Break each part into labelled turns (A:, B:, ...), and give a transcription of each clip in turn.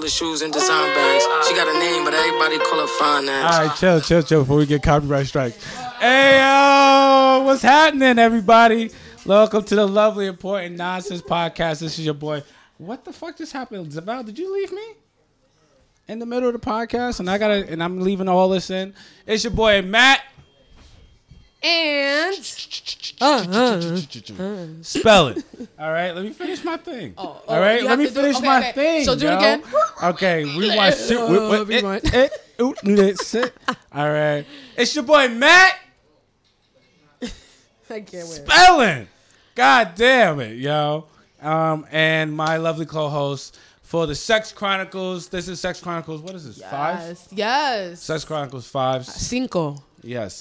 A: The shoes and design bags. She got a name, but everybody call her finance.
B: All right, chill, chill, chill before we get copyright strikes. Hey, yo, what's happening, everybody? Welcome to the lovely, important nonsense podcast. This is your boy. What the fuck just happened? Zaval, did you leave me? In the middle of the podcast, and I gotta, and I'm leaving all this in. It's your boy Matt.
C: And
B: Spell it. All right, let me finish my thing.
C: Mm. Oh, oh,
B: all right,
C: you
B: let
C: have
B: me
C: to do-
B: finish
C: okay,
B: my
C: okay.
B: thing.
C: So do it
B: yo.
C: again.
B: Okay, rewind. shoot, we-
C: Uh,
B: we- it-
C: rewind.
B: it- ooh, that's it. All right, it's your boy Matt.
C: I can't wait.
B: Ellen. God damn it, yo. Um, and my lovely co-host for the Sex Chronicles. This is Sex Chronicles. What is this? Five.
C: Yes. Uh, Yes.
B: Sex Chronicles five.
C: Cinco.
B: Yes.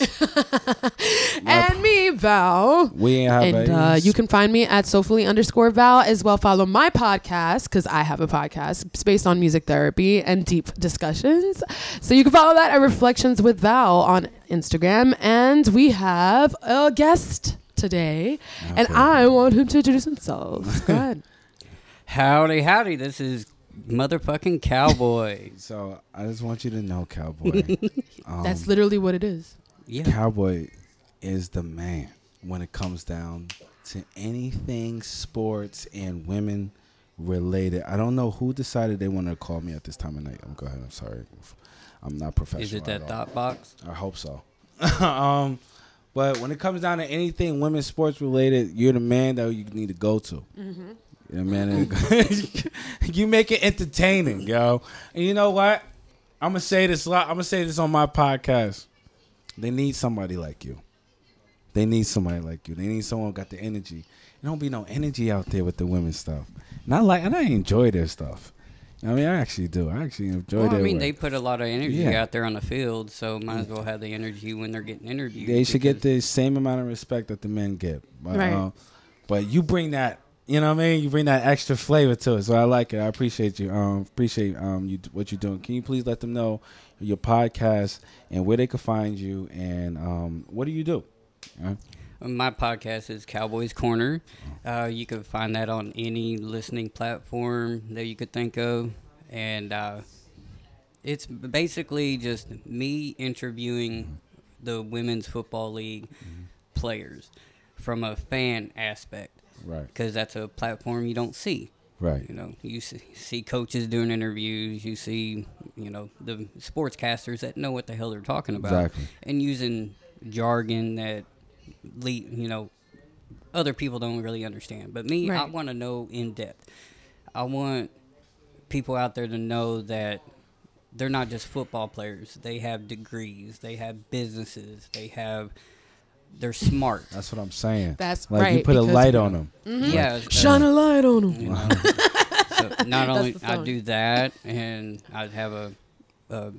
C: And me, Val.
B: We ain't have
C: And
B: a-
C: uh, you can find me at soulfully underscore Val as well. Follow my podcast because I have a podcast. It's based on music therapy and deep discussions. So you can follow that at Reflections with Val on Instagram. And we have a guest today, and I want him to introduce himself. Go ahead.
D: Howdy, howdy. This is motherfucking cowboy.
B: So I just want you to know, Cowboy.
C: That's literally what it is.
D: yeah.
B: Cowboy is the man when it comes down to anything sports and women related. I don't know who decided they wanted to call me at this time of night. I'm go ahead. I'm sorry. I'm not professional.
D: Is it
B: at
D: that
B: all.
D: thought box?
B: I hope so. um, but when it comes down to anything women's sports related, you're the man that you need to go to.
D: Mm-hmm.
B: You're the man. that- you make it entertaining, yo. And you know what? I'm gonna say this. I'm gonna say this on my podcast. They need somebody like you. They need somebody like you. They need someone who got the energy. There don't be no energy out there with the women's stuff. And I like, and I enjoy their stuff. I mean, I actually do. I actually enjoy.
D: Well, I
B: their
D: mean,
B: work.
D: they put a lot of energy
B: Yeah.
D: out there on the field, so might as well have the energy when they're getting interviewed.
B: They should get
D: because-
B: the same amount of respect that the men get. But,
C: Right.
B: uh, but you bring that, you know what I mean? You bring that extra flavor to it. So I like it. I appreciate you. Um, appreciate um you what you're doing. Can you please let them know your podcast and where they can find you and um what do you do? Huh?
D: My podcast is Cowboys Corner. Uh, you can find that on any listening platform that you could think of. And uh, it's basically just me interviewing the Women's Football League
B: Mm-hmm.
D: players from a fan aspect.
B: Right.
D: Because that's a platform you don't see.
B: Right.
D: You know, you see, see coaches doing interviews. You see, you know, the sportscasters that know what the hell they're talking about,
B: Exactly.
D: and using jargon that, le- you know, other people don't really understand. But me, I
C: Right.
D: want to know in depth. I want people out there to know that they're not just football players. They have degrees. They have businesses. They have. They're smart.
B: That's what I'm saying.
C: That's
B: like you
C: right,
B: put a
C: because- Mm-hmm.
B: light on them.
D: Yeah. uh,
C: Shine a light on him.
D: So not only
C: the
D: I
C: song.
D: do that, and I'd have a, a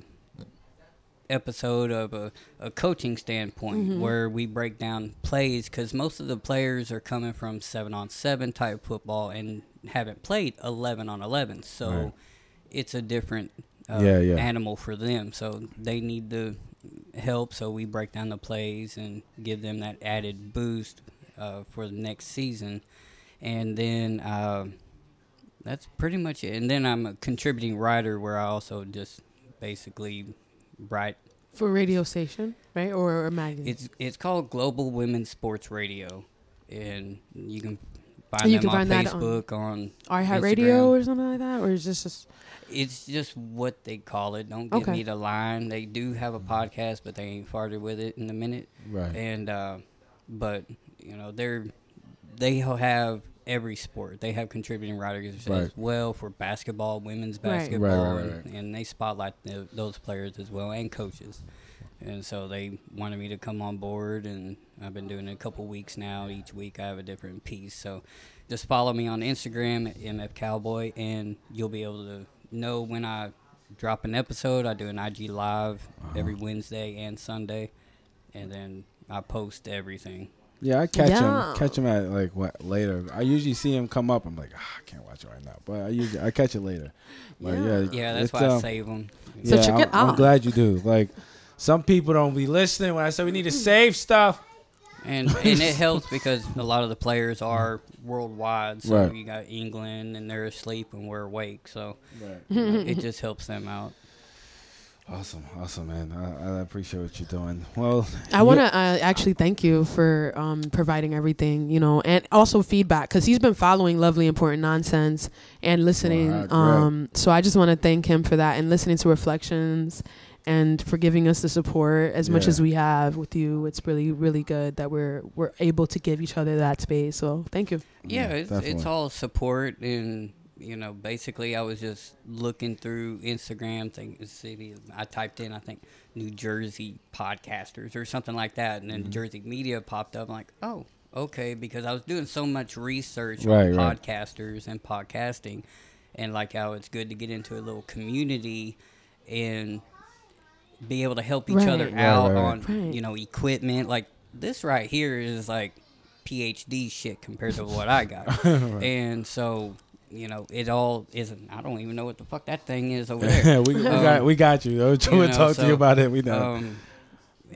D: episode of a, a coaching standpoint
C: Mm-hmm.
D: where we break down plays because most of the players are coming from seven on seven type football and haven't played eleven on eleven, so
B: Right.
D: it's a different uh,
B: Yeah, yeah.
D: animal for them. So they need the help. So we break down the plays and give them that added boost uh, for the next season, and then. um that's pretty much it. And then I'm a contributing writer where I also just basically write.
C: For a radio station, right? Or a magazine.
D: It's it's called Global Women's Sports Radio, and you can find
C: And you
D: them
C: can
D: on
C: find that on
D: Facebook on.
C: iHeartRadio
D: Instagram.
C: or something like that? Or is this just
D: It's just what they call it. Don't give
C: Okay.
D: me the line. They do have a podcast, but they ain't farted with it in a minute.
B: Right.
D: And uh, but you know they're they have every sport. They have contributing writers
B: Right.
D: as well for basketball, women's
C: Right. Right,
D: basketball,
B: right,
D: and- And, they spotlight the, those players as well and coaches. And so they wanted me to come on board, and I've been doing it a couple weeks now. Each week I have a different piece. So just follow me on Instagram at MF Cowboy, and you'll be able to know when I drop an episode. I do an IG live
B: Uh-huh.
D: every Wednesday and Sunday, and then I post everything.
B: Yeah, I catch
C: Yeah.
B: him. Catch him at like what later. I usually see him come up. I'm like, ah, I can't watch it right now, but I usually I catch it later. But
C: Yeah.
D: Yeah, that's
B: it's,
D: why I
B: um,
D: save them.
C: So check
B: I'm,
C: it
B: I'm
C: out. Mm-hmm.
B: glad you do. Like some people don't be listening when I say we need to save stuff.
D: and and it helps because a lot of the players are worldwide. So
B: Right.
D: you got England, and they're asleep, and we're awake. So
B: Right.
D: it just helps them out.
B: Awesome, awesome, man. I, I appreciate what you're doing. Well,
C: I want to uh, actually thank you for um, providing everything, you know, and also feedback because he's been following Lovely Important Nonsense and listening.
B: Wow, great.
C: um, so I just want to thank him for that and listening to Reflections and for giving us the support as much
B: Yeah.
C: as we have with you. It's really, really good that we're we're able to give each other that space. So thank you.
D: yeah,
B: Yeah,
D: it's,
B: definitely.
D: it's all support and you know basically i was just looking through instagram thing city i typed in i think new jersey podcasters or something like that and then
B: Mm-hmm.
D: jersey media popped up I'm like oh okay because i was doing so much research
B: Right,
D: on
B: right.
D: podcasters and podcasting and like how it's good to get into a little community and be able to help each other
C: Right. Right,
D: out
B: right,
D: on
B: right.
C: Right.
D: you know equipment like this right here is like phd shit compared to what i got and so you know it all isn't i don't even know what the fuck that thing is over
B: yeah,
D: there
B: we, we
D: Um,
B: got we got you. Though.
D: you
B: We'll
D: know,
B: talk to you
D: so,
B: about it. We know.
D: um,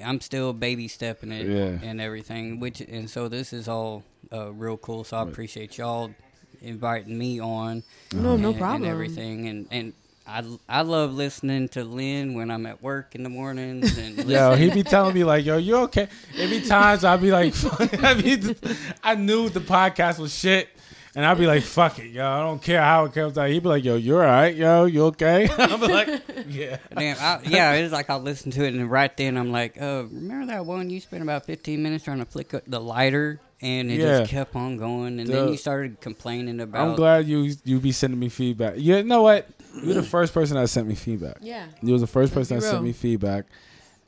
D: i'm still baby stepping it
B: Yeah.
D: and everything which and so this is all uh, real cool so i appreciate y'all inviting me on
C: No, no
D: and-
C: problem.
D: And everything, and and I I love listening to Lynn when I'm at work in the mornings, and
B: Yo,
D: listen-
B: he be telling me like, "Yo, you okay?" It be times I'd be like, fuck, I, be just- I knew the podcast was shit, and I'd be like, "Fuck it, yo, I don't care how it comes out." He'd be like, "Yo, you're all right, yo, you okay?" I'm like, "Yeah,
D: damn, I, yeah, it's like I'll listen to it, and right then I'm like, uh, remember that one you spent about 15 minutes trying to flick up the lighter, and it just
B: Yeah.
D: kept on going, and then
B: Duh.
D: you started complaining about.
B: I'm glad you you be sending me feedback." You know what? You're the first person that sent me feedback.
C: Yeah.
B: You was the first
C: Let's
B: person
C: be
B: that sent
C: real.
B: me feedback.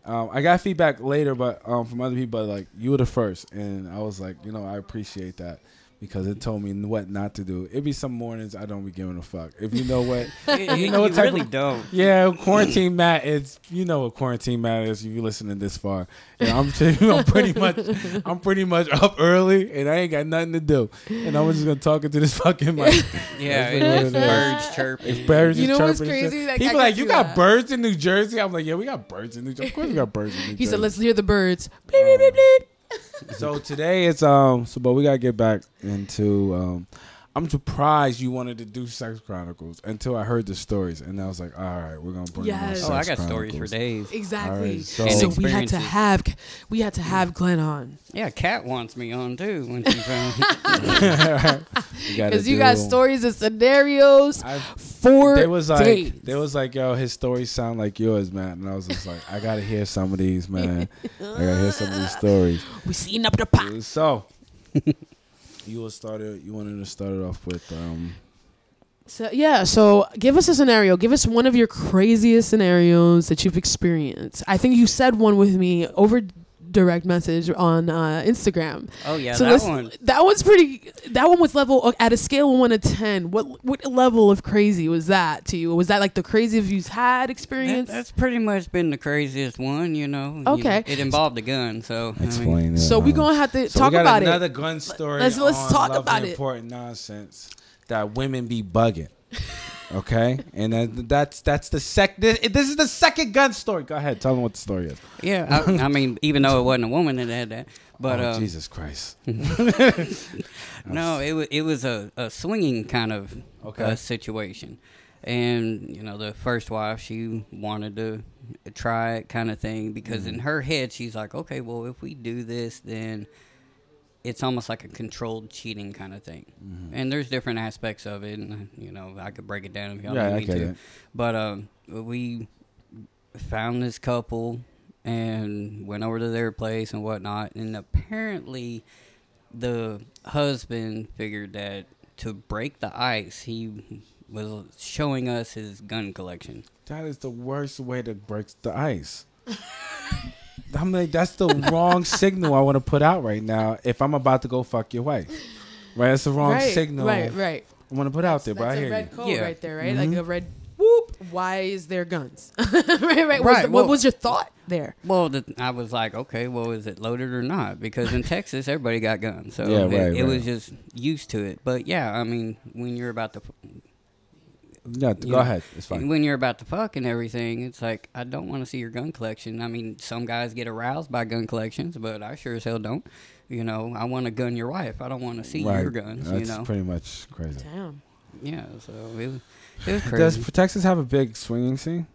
B: Um, I got feedback later, but um, from other people, but like you were the first, and I was like, you know, I appreciate that because it told me what not to do. It'd be some mornings I don't be giving a fuck. If you know what,
D: You,
B: you know what type
D: really
B: of-
D: don't.
B: yeah, quarantine Matt is. You know what quarantine Matt is. If you listening this far, yeah, I'm, just- I'm pretty much, I'm pretty much up early, and I ain't got nothing to do, and I'm just gonna talk into this fucking mic.
D: Yeah,
B: That's really
D: it's
B: what it
D: birds chirping.
B: If birds
C: You
B: is
C: know what's
B: chirping and shit-
C: crazy? Like, I uh,
B: People
C: can
B: like, you
C: see
B: got
C: that."
B: birds in New Jersey? I'm like, yeah, we got birds in New Jersey. Of course, we got birds in New Jersey.
C: He said, "Let's hear the birds." Bleep, bleep, bleep, bleep.
B: so today it's um. So, but we gotta get back into um. I'm surprised you wanted to do Sex Chronicles until I heard the stories, and I was like, all right, we're gonna bring.
C: Yes.
B: On
D: Oh, I
B: Sex
D: got stories for
B: Chronicles.
D: days.
C: Exactly.
B: right,
C: so
B: so-
D: And
C: we had to
D: experiences.
C: have we had to have Glenn on.
D: Yeah, Kat wants me on too when she's on.
B: You gotta
C: Because you
B: do-
C: got stories and scenarios
B: I-
C: for
B: They was like,
C: days.
B: they was like, yo, his stories sound like yours, man. And I was just like, I gotta hear some of these, man. I gotta hear some of these stories.
C: we seen up the pot.
B: So, you will start it. You wanted to start it off with um.
C: So yeah, so give us a scenario. Give us one of your craziest scenarios that you've experienced. I think you said one with me over direct message on uh, Instagram.
D: Oh yeah,
C: so
D: that
C: let's-
D: one.
C: that one's pretty. That one was level at a scale of one to ten. What what level of crazy was that to you? Was that like the craziest you've had
D: That,
C: experience?
D: that's pretty much been the craziest one, you know. You
C: Okay.
D: know, it involved a gun, so I mean,
B: Explain it.
C: so we're
B: um,
C: gonna have to
B: So
C: talk
B: we got
C: about
B: another
C: it.
B: gun story.
C: Let's- let's
B: on
C: talk
B: Love
C: about
B: and
C: it.
B: Important nonsense that women be bugging. Okay, and that, that's that's the sec. This, this is the second gun story. Go ahead, tell them what the story is.
D: yeah, I, I mean, even though it wasn't a woman that had that, but
B: oh,
D: uh,
B: Jesus Christ!
D: no, it was it was a, a swinging kind of
B: Okay.
D: uh, situation, and you know the first wife she wanted to try it kind of thing because in her head she's like, okay, well if we do this then it's almost like a controlled cheating kind of thing.
B: Mm-hmm.
D: And there's different aspects of it, and you know I could break it down if y'all
B: Yeah, I
D: need me
B: get
D: to.
B: it.
D: But um, we found this couple and went over to their place and whatnot, and apparently the husband figured that to break the ice, he was showing us his gun collection.
B: That is the worst way to break the ice. I'm like, that's the wrong signal I want to put out right now. If I'm about to go fuck your wife, right? That's the wrong
C: right,
B: signal
C: Right, right.
B: I want to put out there.
C: That's
B: but I
C: a
B: hear
C: red
B: you.
C: code
D: Yeah. Mm-hmm.
C: right there, right? Like a red whoop. Why is there guns? right, right. What's the- what
D: well-
C: was your thought there?
D: Well, the, I was like, okay, well, is it loaded or not? Because in Texas, everybody got guns, so
B: Yeah,
D: it,
B: right,
D: it
B: right.
D: was just used to it. But yeah, I mean, when you're about to
B: No, go
D: Yeah.
B: ahead. It's fine.
D: And when you're about to fuck and everything, it's like I don't want to see your gun collection. I mean, some guys get aroused by gun collections, but I sure as hell don't. You know, I want to gun your wife. I don't want to see your guns.
B: That's
D: you know,
B: pretty much crazy.
C: Damn.
D: yeah. So it was, it was
B: Does
D: crazy.
B: Texas have a big swinging scene?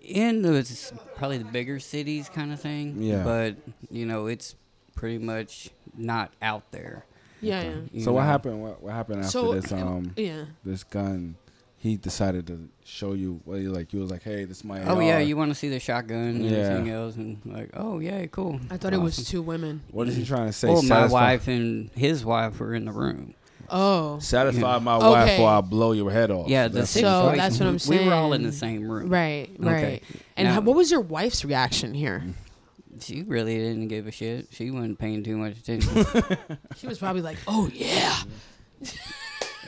D: In those probably the bigger cities kind of thing.
B: Yeah.
D: But you know, it's pretty much not out there.
C: Yeah, yeah.
D: you
B: so what
D: know.
B: happened? What, what happened after
C: So,
B: this? Um,
C: Yeah.
B: this gun. He decided to show you. Well, you like you was like, hey, this is my.
D: Oh yeah,
B: AR.
D: you want to see the shotgun and
B: Yeah.
D: everything else, and like, oh yeah, cool.
C: I thought it was
D: Awesome.
C: two women.
B: What is he trying to say?
D: Well, Oh, my
B: Satisfy-
D: wife and his wife were in the room.
C: Oh.
B: Satisfy
D: Yeah.
B: my wife,
C: Okay.
B: or I'll blow your head off.
D: Yeah, the
B: That's-
D: six
C: So
D: whites,
C: that's what I'm
D: We were all in the
C: saying.
D: same room.
C: Right, right.
D: Okay. Mm.
C: And
D: Now-
C: how, what was your wife's reaction here?
D: She really didn't give a shit. She wasn't paying too much attention.
C: She was probably like, "Oh yeah."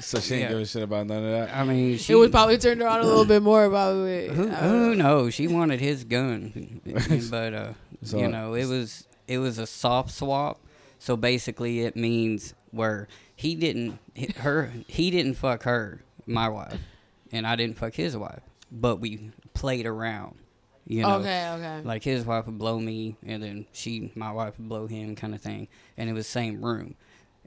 B: so she didn't
D: Yeah.
B: give a shit about none of that.
D: I mean, she
C: it would probably turned her on a little bit more. Probably. Uh,
D: who,
C: I
D: who
C: don't know.
D: knows? She wanted his gun, but uh,
B: So-
D: you know, it was it was a soft swap. So basically, it means where he didn't he- her he didn't fuck her, my wife, and I didn't fuck his wife, but we played around. You know,
C: okay. Okay.
D: like his wife would blow me and then she my wife would blow him kind of thing and it was same room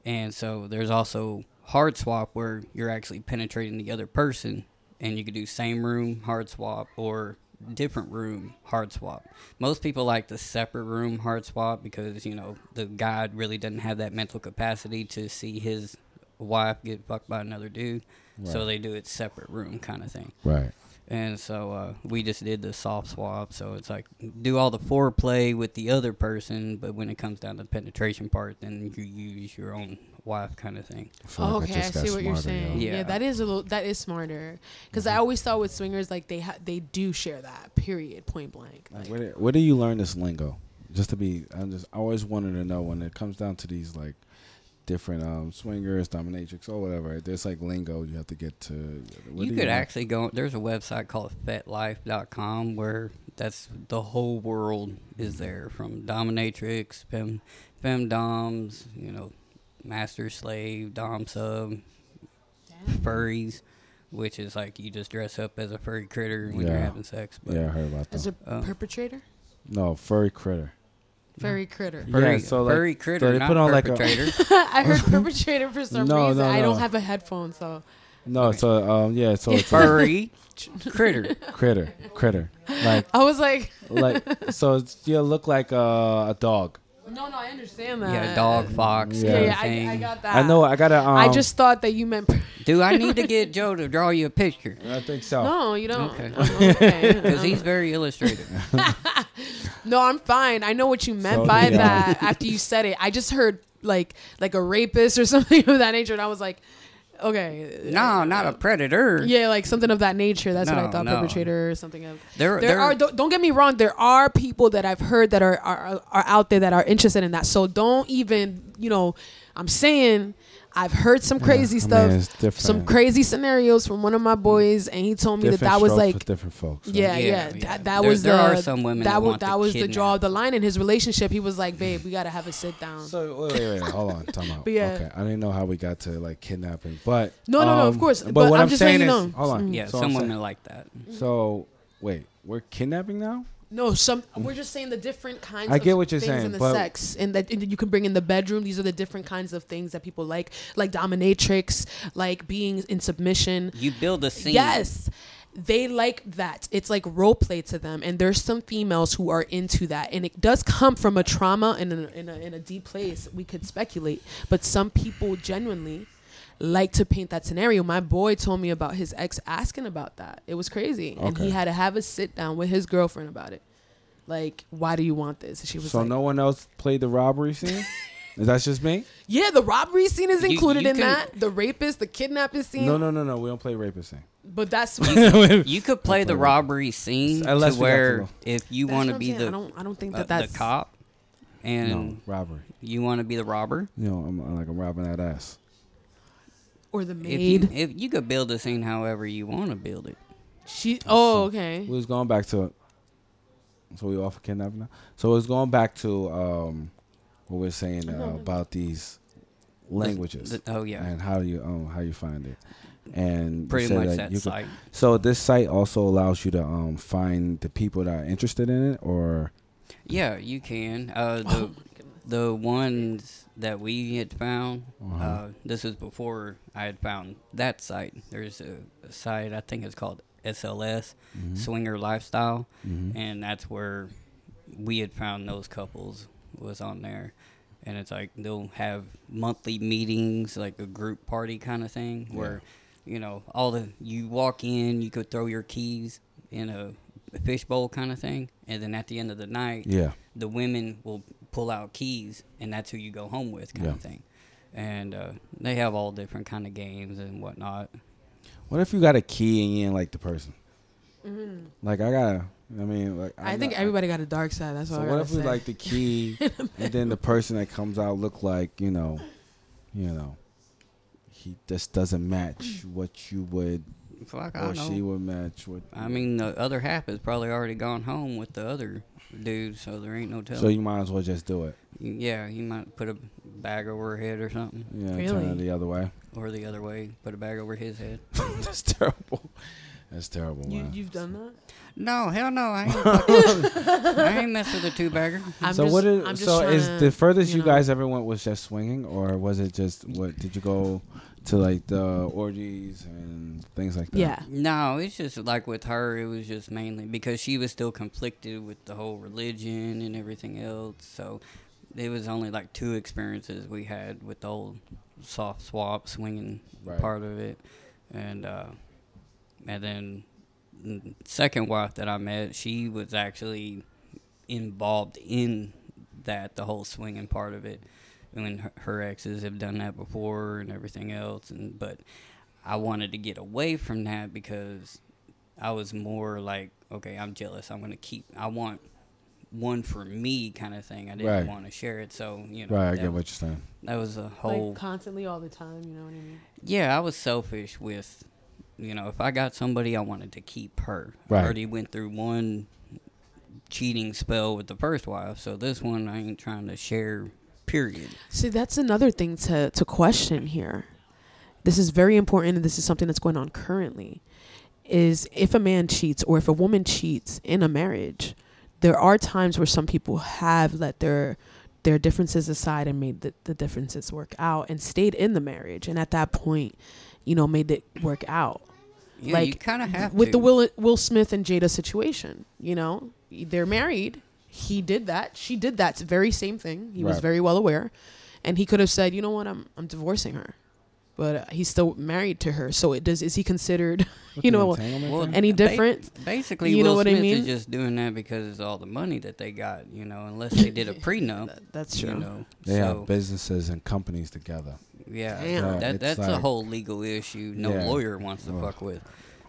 D: and so there's also hard swap where you're actually penetrating the other person and you could do same room hard swap or different room hard swap most people like the separate room hard swap because you know the guy really doesn't have that mental capacity to see his wife get fucked by another dude so they do it separate room kind of thing
B: Right.
D: and so uh, we just did the soft swap. So it's like do all the foreplay with the other person, but when it comes down to the penetration part, then you use your own wife kind of thing.
C: Oh, okay, I, see what you're saying. Yeah.
D: Yeah. Mm-hmm.
C: that is a little that is smarter because I always thought with swingers like they ha- they do share that period point blank. Like,
B: Where, did- where do you learn this lingo? Just to be, I'm just I always wanted to know when it comes down to these like different um swingers, dominatrix, or whatever. There's like lingo you have to get to. where
D: you
B: do
D: could
B: learn-
D: actually go. There's a website called FetLife.com where that's the whole world is there from dominatrix, fem, femdoms, you know, master slave, dom sub, furries, which is like you just dress up as a furry critter when you're
B: Yeah.
D: having sex. But
B: Yeah, I heard about
C: as
B: that.
C: a
D: Uh,
C: perpetrator,
B: No, furry critter.
C: furry critter.
B: Yeah,
D: Furry,
B: so, like,
D: furry critter,
B: so they
D: not
B: put on, like, a-
D: perpetrator.
C: I heard perpetrator for some
B: No,
C: reason.
B: no,
C: I don't
B: no.
C: have a headphone, so
B: No, so um yeah, so it's a
D: furry critter.
B: critter, critter, like
C: I was like,
B: like so it's, you look like uh, a dog.
C: no, no, I understand that.
D: Yeah, dog, fox,
B: Yeah.
C: Yeah,
D: kind
C: yeah,
D: of
C: I, I
D: thing.
C: got that.
B: I know. I gotta. Um,
C: I just thought that you meant. Per-
D: Do I need to get Joe to draw you a picture?
C: Uh-huh.
B: I think so.
C: no, you don't.
D: Okay.
C: I'm okay.
D: Because he's very illustrative.
C: No, I'm fine. I know what you meant
B: So
C: by
B: did I.
C: that after you said it. I just heard like like a rapist or something of that nature, and I was like, okay,
D: no, not a predator.
C: yeah, like something of that nature. That's what I
D: No,
C: thought,
D: no.
C: perpetrator or something of.
D: There,
C: There, are don't, don't get me wrong. There are people that I've heard that are, are are out there that are interested in that. So don't even you know. I'm saying I've heard some crazy
B: I mean,
C: stuff,
B: it's different.
C: some crazy scenarios from one of my boys, and he told me
B: Different
C: that that was
B: strokes
C: like
B: for different folks. right?
C: yeah, yeah,
D: Yeah,
C: That,
D: yeah.
C: that
D: There-
C: was
D: there
C: the,
D: are some women
C: that
D: that
C: wa-
D: want
C: that
D: to
C: was the draw
D: kidnap.
C: of the line in his relationship. He was like, "Babe, we gotta have a sit down."
B: So wait, wait, wait, hold on, time out.
C: But yeah.
B: Okay, I didn't know how we got to like kidnapping, but
C: No, no, no, of
B: um,
C: course, but
B: what
C: I'm
B: I'm,
C: just
B: saying
C: letting you
B: is,
C: know. Mm.
B: hold on,
D: yeah,
B: so I'm
D: some
B: saying-
D: women like that.
B: So wait, we're kidnapping now?
C: no, some we're just saying the different kinds.
B: I
C: of
B: get what you're
C: things
B: saying,
C: in the
B: but-
C: sex, and that and that you can bring in the bedroom. These are the different kinds of things that people like, like dominatrix, like being in submission.
D: You build a scene.
C: Yes. They like that. It's like role play to them, and there's some females who are into that, and it does come from a trauma in a, in a, in a deep place. We could speculate, but some people genuinely like to paint that scenario. My boy told me about his ex asking about that. It was crazy, and he
B: Okay.
C: had to have a sit down with his girlfriend about it. Like, why do you want this? And she was
B: So
C: like,
B: no one else played the robbery scene? Is that just me?
C: "Yeah, the robbery scene is
D: You-
C: included
D: you
C: in
D: can-
C: that. The rapist, the kidnapping scene.
B: No, no, no, no. We don't play rapist scene.
C: But that's
D: You could play the
B: Whatever.
D: robbery scene
B: Unless we
D: to
B: got
D: where
B: to
D: if you
C: that's
D: want
C: what
D: to
C: I'm
D: be
C: saying. I
D: the,
C: don't. I don't think
D: uh,
C: that that's
D: the cop and
B: No robbery.
D: you want to be the robber,
B: You know, I'm, I'm like I'm robbing that ass.
C: or the
D: if
C: maid.
D: you, if you could build a scene however you want to build it.
C: She. Oh, okay.
B: We was going back to. So we off of kidnapping now. So it was going back to um, what we are saying uh, about these languages
D: The- oh, yeah.
B: and how you um how you find it. and you
D: Pretty
B: said
D: much
B: that
D: that
B: you could-
D: site.
B: so this site also allows you to um, find the people that are interested in it, or
D: Yeah, you can. Uh,
C: Oh
D: the the ones that we had found. uh this is before I had found that site. There's a, a site I think it's called SLS
B: Mm-hmm.
D: Swinger Lifestyle, and that's where we had found those couples was on there. And it's like they'll have monthly meetings, like a group party kind of thing, where you know all the you walk in, you could throw your keys in a fishbowl kind of thing, and then at the end of the night,
B: yeah,
D: the women will pull out keys, and that's who you go home with, kind
B: Yeah.
D: of thing. And uh, they have all different kind of games and whatnot.
B: what if you got a key and you didn't like the person? Like I gotta, I mean, like
C: Mm-hmm. I
B: I'm
C: think
B: not-
C: everybody got a dark side. That's what
B: So
C: I
B: what
C: gotta
B: if we
C: say.
B: like the key, and then the person that comes out look like you know, you know, he just doesn't match what you would
D: Fuck, I
B: or
D: know.
B: she would match what.
D: I mean, the other half has probably already gone home with the other dude, so there ain't no telling.
B: so you might as well just do it.
D: yeah, you might put a bag over her head or something,
B: Yeah, turn it
C: Really?
B: the other way.
D: or the other way, put a bag over his head.
B: That's terrible. That's terrible,
C: you,
B: man.
C: you've done that.
D: No, hell no, I ain't. fucking- I ain't mess with a two bagger.
C: I'm
B: so
C: just,
B: what
C: I'm
B: is
C: just
B: so is
C: tryna,
B: the furthest you,
C: know.
B: guys ever went was just swinging, or was it just what did you go to like the orgies and things like that?
C: Yeah.
D: No, it's just like with her, it was just mainly because she was still conflicted with the whole religion and everything else. So it was only like two experiences we had with the whole soft swap swinging
B: Right.
D: part of it, and uh, and then the second wife that I met, she was actually involved in that the whole swinging part of it. I mean, her, her exes have done that before and everything else, and but I wanted to get away from that because I was more like, okay, I'm jealous. I'm gonna keep. I want one for me, kind of thing. I didn't
B: Right.
D: want to share it, so you know.
B: Right, I
D: that,
B: get what you're saying.
D: that was a
B: Oh.
D: whole.
C: like constantly all the time. You know what I mean?
D: yeah, I was selfish with, you know, if I got somebody, I wanted to keep her.
B: Right.
D: I already went through one cheating spell with the first wife, so this one I ain't trying to share. Period.
C: See, that's another thing to to question here. This is very important, and this is something that's going on currently. Is if a man cheats or if a woman cheats in a marriage, there are times where some people have let their their differences aside and made the, the differences work out and stayed in the marriage, and at that point, you know, made it work out.
D: Yeah, you
C: Like,
D: kind of have
C: with
D: to.
C: the Will Will Smith and Jada situation. You know, they're married. He did that. She did that very same thing. He was
B: Right.
C: very well aware, and he could have said, "You know what? I'm I'm divorcing her," but uh, he's still married to her. So it does. Is he considered? you know,
B: Entanglement
D: Well,
B: thing?
C: any
D: ba-
C: difference?
D: basically,
C: You
D: Will
C: know what I
D: Smith
C: mean?
D: is just doing that because it's all the money that they got. You know, unless they did a prenup.
C: that's
D: You
C: true.
D: know,
B: They
D: so
B: have businesses and companies together.
D: yeah,
C: Damn.
B: Yeah,
D: that
B: it's
D: that's a
B: like-
D: whole legal issue. No
B: Yeah.
D: lawyer wants to
B: Ugh.
D: fuck with.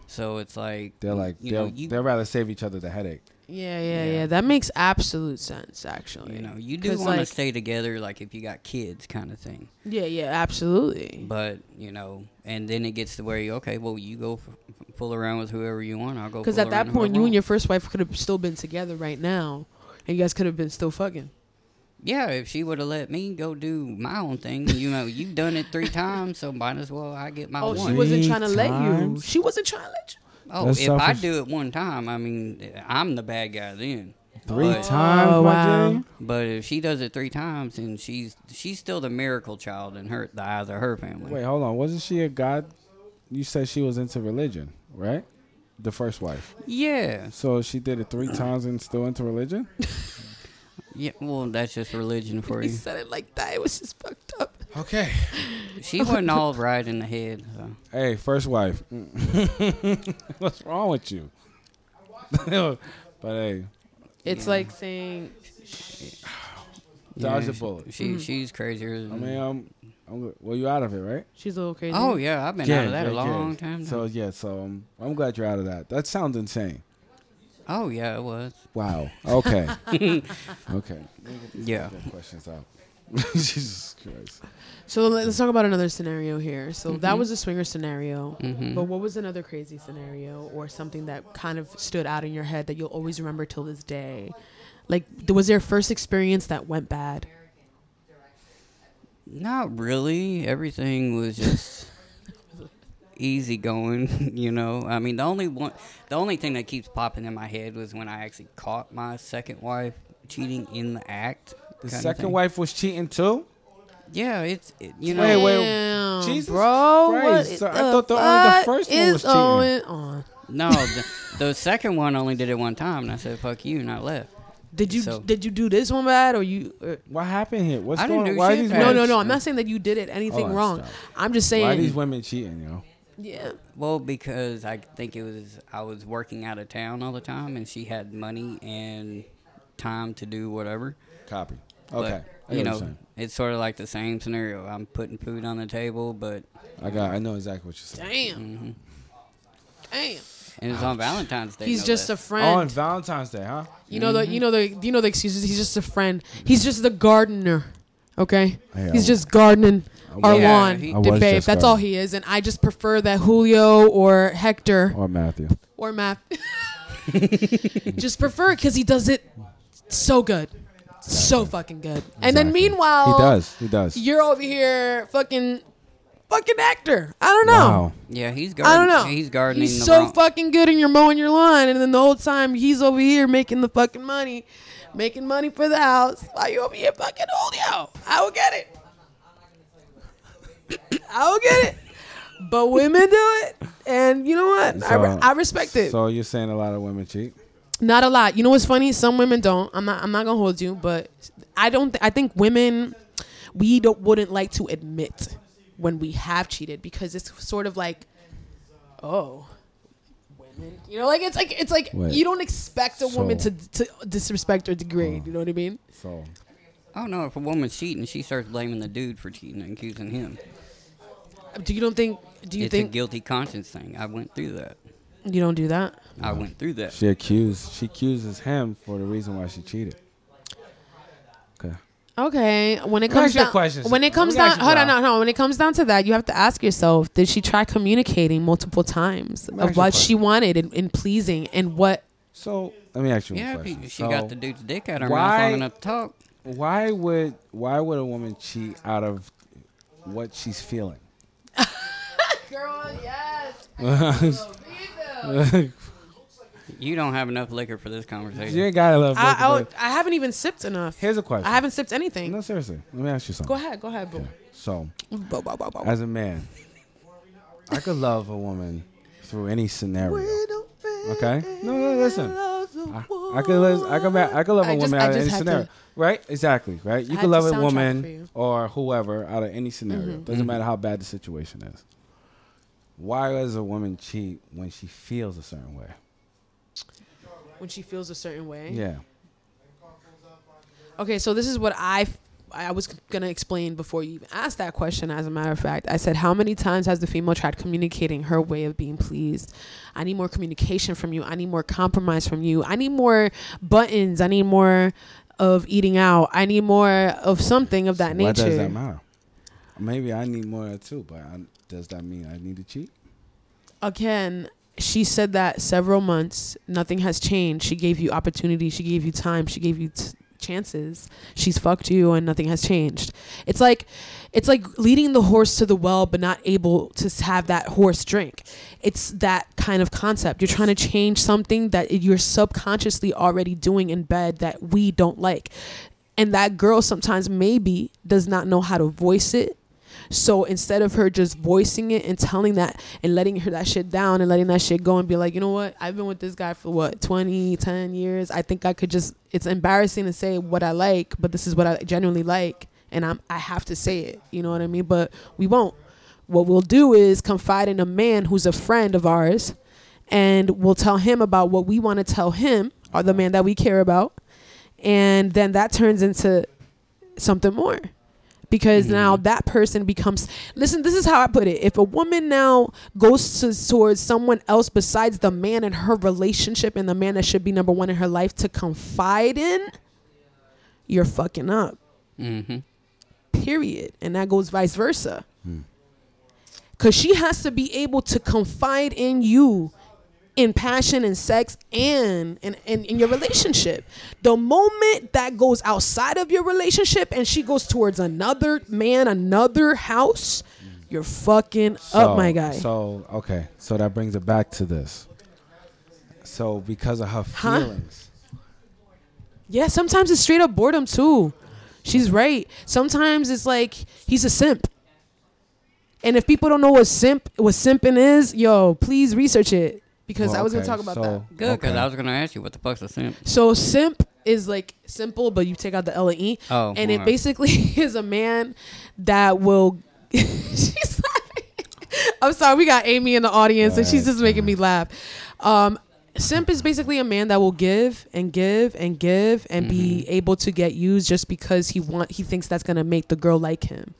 D: So it's like
B: They're like
D: you
B: they'll,
D: know you
B: they'd rather save each other the headache.
C: yeah, yeah, yeah,
D: Yeah.
C: That makes absolute sense, actually.
D: you know you do
C: 'Cause,
D: want to
C: like-
D: stay together, like if you got kids, kind of thing.
C: Yeah, yeah, absolutely.
D: But you know, and then it gets to where you okay, well you go f- fool around with whoever you want. I'll go
C: Because
D: fool
C: at that
D: around with
C: point,
D: whoever
C: you and
D: I want.
C: your first wife could have still been together right now, and you guys could have been still fucking.
D: Yeah, if she would have let me go do my own thing, you know, you've done it three times, so might as well I get my
C: Oh,
D: one.
C: she wasn't
B: Three
C: trying to let you.
B: times?
C: She wasn't trying to let you.
D: oh,
B: That's
D: if I
B: selfish.
D: do it one time, I mean, I'm the bad guy then.
B: Three
D: But-
B: times,
C: Oh,
B: my
C: wow.
B: G?
D: But if she does it three times, and she's she's still the miracle child in her the eyes of her family.
B: Wait, hold on. Wasn't she a god? You said she was into religion, right? The first wife.
D: Yeah,
B: So she did it three times and still into religion.
D: yeah. Well, that's just religion for
C: He
D: you.
C: said it like that. It was just fucked up.
B: Okay.
D: She wasn't all right in the head. So.
B: Hey, first wife. What's wrong with you? but hey,
C: It's like saying,
B: dodge
D: Yeah,
B: the bullet.
D: She she's crazier. Than,
B: I mean, um, I'm, well, you out of it, right?
C: she's a little crazy.
D: oh yeah, I've been out of that a
B: yeah, yeah.
D: long time.
B: So
D: So,
B: yeah, so um, I'm glad you're out of that. That sounds insane.
D: oh yeah, it was.
B: Wow. Okay. okay.
D: Yeah.
B: Get questions out. Jesus Christ.
C: So let- let's talk about another scenario here. So
B: Mm-hmm.
C: that was a swinger scenario. But what was another crazy scenario or something that kind of stood out in your head that you'll always remember till this day? Like, th- was there a first experience that went bad?
D: Not really. Everything was just easy going, you know. I mean, the only one, the only thing that keeps popping in my head was when I actually caught my second wife cheating in the act.
B: The
D: kinda
B: second
D: thing.
B: wife was cheating too.
D: Yeah, it's it, you know.
B: Wait, wait,
C: Damn,
B: Jesus
C: bro,
B: Christ,
C: what
B: so I
C: the
B: thought the- only the
C: fuck
B: first one
C: is
B: was cheating.
C: going on?
D: No, the, the second one only did it one time, and I said, "Fuck you," and I left.
C: Did you
D: So-
C: did you do this one bad or you? Or,
B: What happened here? What's
D: I didn't
B: going? on?
D: do
B: Why are
D: shit,
B: these
D: man.
C: no,
B: women-
C: no, no. I'm not saying that you did it anything
B: Hold on,
C: wrong.
B: Oh, stop.
C: I'm just saying.
B: Why are these women cheating, yo?
C: yeah.
D: Well, because I think it was I was working out of town all the time, and she had money and time to do whatever.
B: Copy.
D: But,
B: Okay. I
D: you
B: know what you're
D: know,
B: saying.
D: it's sort of like the same scenario. I'm putting food on the table, but
B: I got. I know exactly what you're saying.
C: Damn. Damn.
D: and it's on Valentine's Day.
C: He's
D: no
C: just a
D: less.
B: Oh, on
C: friend.
B: Valentine's Day, huh?
C: you know the you know the you know the excuses. He's just a friend. He's just the gardener. Okay.
B: Hey, I
C: He's
B: wa-
C: just gardening our
D: Yeah,
C: lawn,
D: he- I
C: to
B: was
C: babe.
B: just
C: That's all
B: gardening.
C: he is, and I just prefer that Julio or Hector
B: Or Matthew.
C: or Matt. just prefer it because he does it so good, so fucking good. And then
B: Exactly.
C: meanwhile,
B: he does. He does.
C: You're over here, fucking, fucking actor. I don't know.
B: Wow.
D: Yeah, he's
C: I
D: gardening.
C: don't know.
D: He's gardening.
C: He's
D: the
C: so
D: wrong-
C: fucking good, and you're mowing your lawn, and then the whole time he's over here making the fucking money, making money for the house. Why you over here fucking Julio? I will get it. I will get it. But women do it, and you know what? I, re-
B: So-
C: I respect it.
B: So you're saying a lot of women cheat?
C: Not a lot. You know what's funny? Some women don't. I'm not. I'm not gonna hold you, but I don't. Th- I think women, we don't wouldn't like to admit when we have cheated because it's sort of like, oh, women. You know, like it's like it's like
B: Wait.
C: you don't expect a woman
B: So-
C: to to disrespect or degrade. You know what I mean?
B: So
D: Oh no! If a woman's cheating, she starts blaming the dude for cheating and accusing him.
C: Do you don't think? Do you
D: it's a
C: think
D: guilty conscience thing. I went through that.
C: you don't do that?
D: I went through that.
B: she accused. She accuses him for the reason why she cheated. Okay.
C: Okay, when it
B: Let me
C: comes
B: ask you a
C: down,
B: question,
C: when it
B: Sydney.
C: comes
B: Let me ask
C: down,
B: you
C: hold on,
B: something.
C: no, no. When it comes down to that, you have to ask yourself: Did she try communicating multiple times
B: me ask
C: of
B: you a
C: what she
B: question.
C: wanted and, and pleasing and what?
B: So let me ask you a
D: Yeah,
B: question.
D: she
B: So
D: got the dude's dick out her
B: why-
D: mouth long enough to talk.
B: why would why would a woman cheat out of what she's feeling?
C: Girl, yes.
B: you
D: You don't have enough liquor for this conversation.
B: ain't gotta love.
C: I, I,
B: I,
C: would- I haven't even sipped enough.
B: Here's a question.
C: I haven't sipped anything.
B: no, seriously. Let me ask you something.
C: Go ahead, go ahead, boo.
B: So,
C: Bo, bo, bo, bo.
B: as a man, I could love a woman through any scenario. Okay? No, no, listen. I, I could love, I could, ma- I could love
C: I
B: a
C: just-
B: woman
C: I
B: out of
C: just
B: any
C: had
B: scenario.
C: to-
B: right? Exactly. Right? You could
C: I had to
B: love a
C: soundtrack for
B: woman
C: you. Mm-hmm.
B: or whoever out of any scenario. Doesn't matter how bad the situation is. Why does a woman cheat when she feels a certain way?
C: When she feels a certain way.
B: Yeah.
C: Okay, so this is what I f- I was gonna explain before you even asked that question. As a matter of fact, I said, how many times has the female tried communicating her way of being pleased? I need more communication from you. I need more compromise from you. I need more buttons. I need more of eating out. I need more of something of that
B: Why
C: nature.
B: does that matter? Maybe I need more too, but I, does that mean I need to cheat?
C: Again, she said that several months. Nothing has changed. She gave you opportunity. She gave you time. She gave you t- chances. She's fucked you, and nothing has changed. It's like, it's like leading the horse to the well, but not able to s- have that horse drink. It's that kind of concept. You're trying to change something that you're subconsciously already doing in bed that we don't like, and that girl sometimes maybe does not know how to voice it so instead of her just voicing it and telling that and letting her that shit down and letting that shit go and be like, you know what? I've been with this guy for what, 20, 10 years. I think I could just, it's embarrassing to say what I like, but this is what I genuinely like. And I'm, I have to say it. You know what I mean? But we won't. What we'll do is confide in a man who's a friend of ours and we'll tell him about what we want to tell him or the man that we care about. And then that turns into something more because now that person becomes listen this is how i put it if a woman now goes to, towards someone else besides the man in her relationship and the man that should be number one in her life to confide in you're fucking up
D: Mm-hmm.
C: period and that goes vice versa because she has to be able to confide in you in passion and sex and in, in, in your relationship the moment that goes outside of your relationship and she goes towards another man another house You're fucking
B: So-
C: up, Oh my guy.
B: So okay, so that brings it back to this. So because of her
C: Huh?
B: feelings,
C: Yeah, sometimes it's straight up boredom too. She's right. Sometimes it's like he's a simp. And if people don't know what simp what simping is, yo, please research it because
B: Well,
C: I was
B: okay,
C: gonna talk about
B: so-
C: that.
D: Good, because
B: okay.
D: I was gonna ask you what the fuck's a simp.
C: So simp is like simple, but you take out the L and E,
D: Oh,
C: and it
D: alright.
C: basically is a man that will. she's laughing. I'm sorry, we got Amy in the audience, and she's
B: Right.
C: just making me laugh. Um, simp is basically a man that will give and give and give and be able to get used just because he want he thinks that's gonna make the girl like him.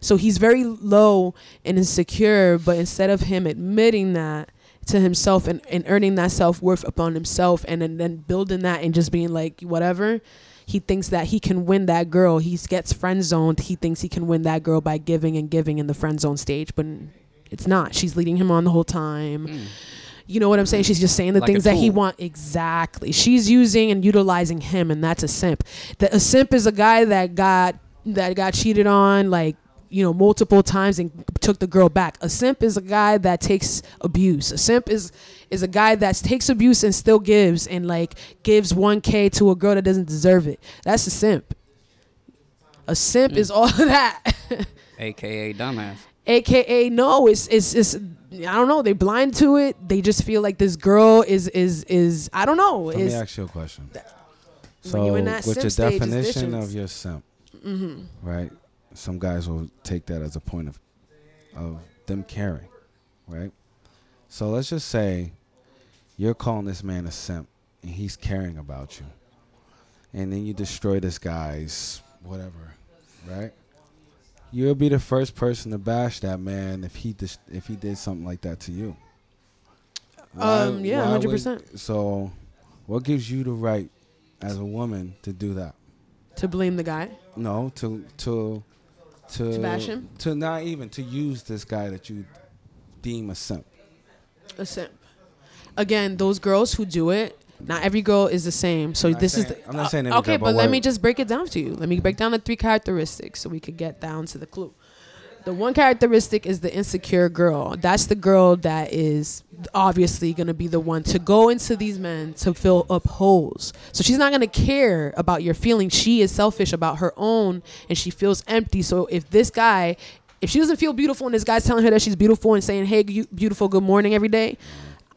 C: So he's very low and insecure, but instead of him admitting that to himself and, and earning that self worth upon himself and, and then building that and just being like, whatever, he thinks that he can win that girl. He gets friend zoned. He thinks he can win that girl by giving and giving in the friend zone stage, but it's not. She's leading him on the whole time. You know what I'm saying? She's just saying the
D: Mm. Like a
C: things that he
D: tool.
C: wants. Exactly. She's using and utilizing him, and that's a simp. The, a simp is a guy that got that got cheated on, like you know, multiple times and took the girl back. A simp is a guy that takes abuse. A simp is is a guy that takes abuse and still gives and like gives one k to a girl that doesn't deserve it. That's a simp. A simp
D: Mm.
C: is all that.
D: AKA dumbass.
C: aka no it's it's it's i don't know they blind to it they just feel like this girl is is is i don't know
B: let me
C: is
B: ask you a question.
C: when
B: So
C: you in that
B: with
C: simp
B: your
C: stage, it's Mm-hmm.
B: definition of
C: vicious.
B: your simp, right? Some guys will take that as a point of of them caring, right? So let's just say you're calling this man a simp and he's caring about you. And then you destroy this guy's whatever, right? You'll be the first person to bash that man if he dis- if he did something like that to you.
C: Um, yeah,
B: why would-
C: 100%.
B: So, what gives you the right as a woman to do that?
C: to blame the guy
B: No, to to to
C: To bash him?
B: To not even to use this guy that you deem a simp.
C: a simp again those girls who do it not every girl is the same so
B: not
C: this is
B: saying-
C: the, uh,
B: I'm not saying every
C: okay
B: girl,
C: but,
B: but
C: let
B: what-
C: me just break it down to you let me break down the three characteristics so we could get down to the clue the one characteristic is the insecure girl. That's the girl that is obviously going to be the one to go into these men to fill up holes. So she's not going to care about your feelings. She is selfish about her own and she feels empty. So if this guy, if she doesn't feel beautiful and this guy's telling her that she's beautiful and saying, hey, you beautiful, good morning every day,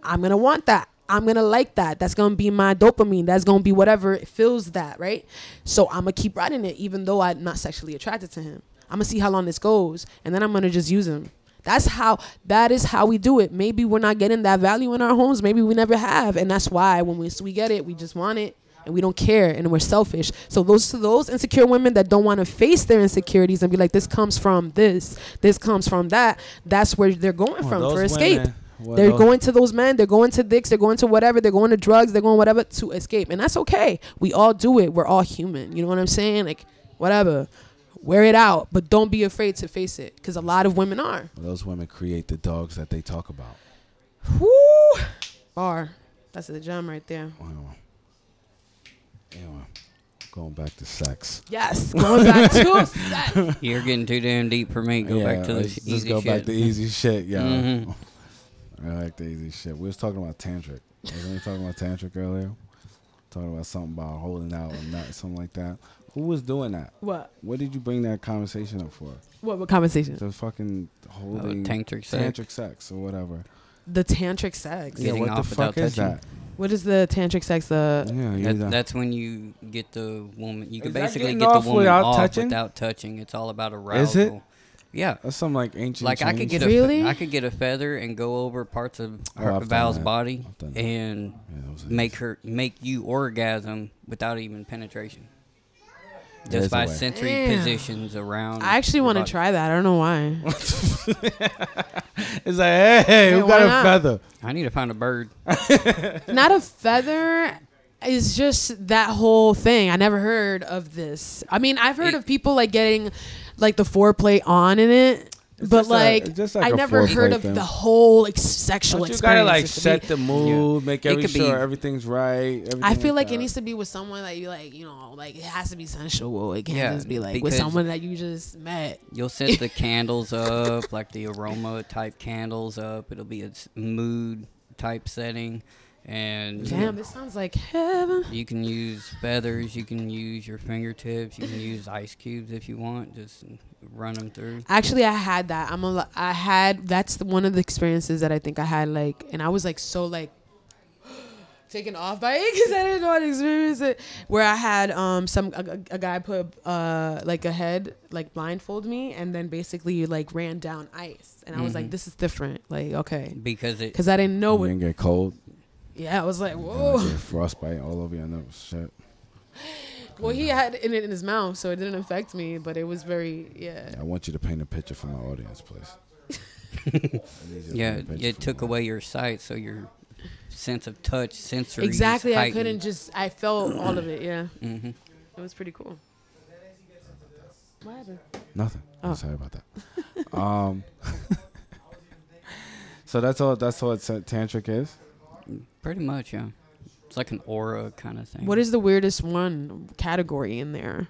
C: I'm going to want that. I'm gonna like that. That's gonna be my dopamine. That's gonna be whatever it feels that, right? So I'm gonna keep riding it, even though I'm not sexually attracted to him. I'm gonna see how long this goes, and then I'm gonna just use him. That's how. That is how we do it. Maybe we're not getting that value in our homes. Maybe we never have, and that's why when we we get it, we just want it, and we don't care, and we're selfish. So those to those insecure women that don't want to face their insecurities and be like, this comes from this, this comes from that. That's where they're going
B: Well,
C: from
B: those
C: for escape.
B: women- well,
C: they're
B: those-
C: going going to those men. They're going to dicks. They're going to whatever. They're going to drugs. They're going whatever to escape, and that's okay. We all do it. We're all human. You know what I'm saying? Like whatever, wear it out, but don't be afraid to face it, because a lot of women are.
B: Those women create the dogs that they talk about.
C: Whoo, bar. That's the gem right there.
B: Wow. Anyway, going back to sex.
C: Yes, going back to sex.
D: You're getting too damn deep for me. Go back to the
B: let's
D: sh-
B: just
D: easy
B: go
D: shit.
B: back to easy shit, y'all.
D: Mhm.
B: I like the easy shit. We was talking about tantric. Wasn't we talking about tantric earlier? Talking about something about holding out or not, something like that. Who was doing that?
C: What?
B: What did you bring that conversation up for?
C: What? What conversation?
B: The fucking holding
D: tantric Oh, sex.
B: tantric sex or whatever.
C: The tantric sex.
D: Getting
B: yeah, what the
D: off without
B: fuck is
D: touching.
B: that?
C: What is the tantric sex? uh,
D: Mm.
C: The
B: Yeah, you
D: That-
B: know.
D: that's when you get the woman. You can
B: Is that
D: basically
B: getting
D: get the
B: off
D: woman
B: without
D: off
B: touching?
D: without touching. It's all about arousal.
B: Is it? Oh,
D: Yeah.
B: That's some like ancient.
D: Like I could
B: Chinese
D: get
B: shit.
C: Really?
D: a fe- I could get a feather and go over parts of
B: Oh,
D: her,
B: I've done
D: Val's
B: that.
D: body
B: I've done that.
D: and
B: Yeah, that was it.
D: make her make you orgasm without even penetration.
B: There's a
D: Just by
B: way.
D: sensory
C: Damn.
D: positions around.
C: I actually
D: your
C: want to
D: body.
C: try that. I don't know why.
B: It's like, hey, hey
C: Yeah,
B: who
C: why
B: got a
C: not?
B: feather?
D: I need to find a bird.
C: not a feather is just that whole thing. I never heard of this. I mean, I've heard
D: It-
C: of people like getting like the foreplay on in it.
B: It's
C: but
B: just a-
C: like,
B: it's just like
C: I
B: a
C: never
B: foreplay
C: heard of
B: thing.
C: the whole like sexual
B: But you
C: experience.
B: gotta like
C: It could
B: set
C: be-
B: the mood, make
D: It
B: every
D: could be-
B: sure everything's right.
C: I
B: everything
C: feel like it
B: that.
C: needs to be with someone that you like, you know, like it has to be sensual. It can't
D: Yeah,
C: just be like with
D: because-
C: someone that you just met.
D: You'll set the candles up, like the aroma type candles up. It'll be a s- mood type setting, and you
C: Damn, this sounds like heaven.
D: You can use feathers. You can use your fingertips. You can use ice cubes if you want. Just run them through.
C: Actually, I had that. I'm a. lo- I had that's the, one of the experiences that I think I had like, and I was like so like taken off by it because I didn't know how to experience it. Where I had um some a, a- a guy put uh like a head like blindfold me and then basically like ran down ice, and I was like, this is different. Like okay,
D: Because it,
C: because I didn't know
B: You
C: what.
B: didn't get cold.
C: Yeah, I was like
B: Oh.
C: whoa.
B: Get frostbite all over your nose. Shit.
C: Well, he had it in his mouth, so it didn't affect me, but it was very yeah.
B: I want you to paint a picture for my audience, please. I need you to
D: yeah,
B: paint a picture
D: it
B: for
D: took
B: my-
D: away your sight, so your sense of touch, sensory.
C: Exactly, I couldn't just. I felt all of it. Yeah,
D: hmm
C: it was pretty cool. What happened?
B: Nothing.
C: Oh.
B: I'm sorry about that. um. so that's all. That's all it's, tantric is.
D: Pretty much, yeah. It's like an aura kind of thing.
C: What is the weirdest one category in there?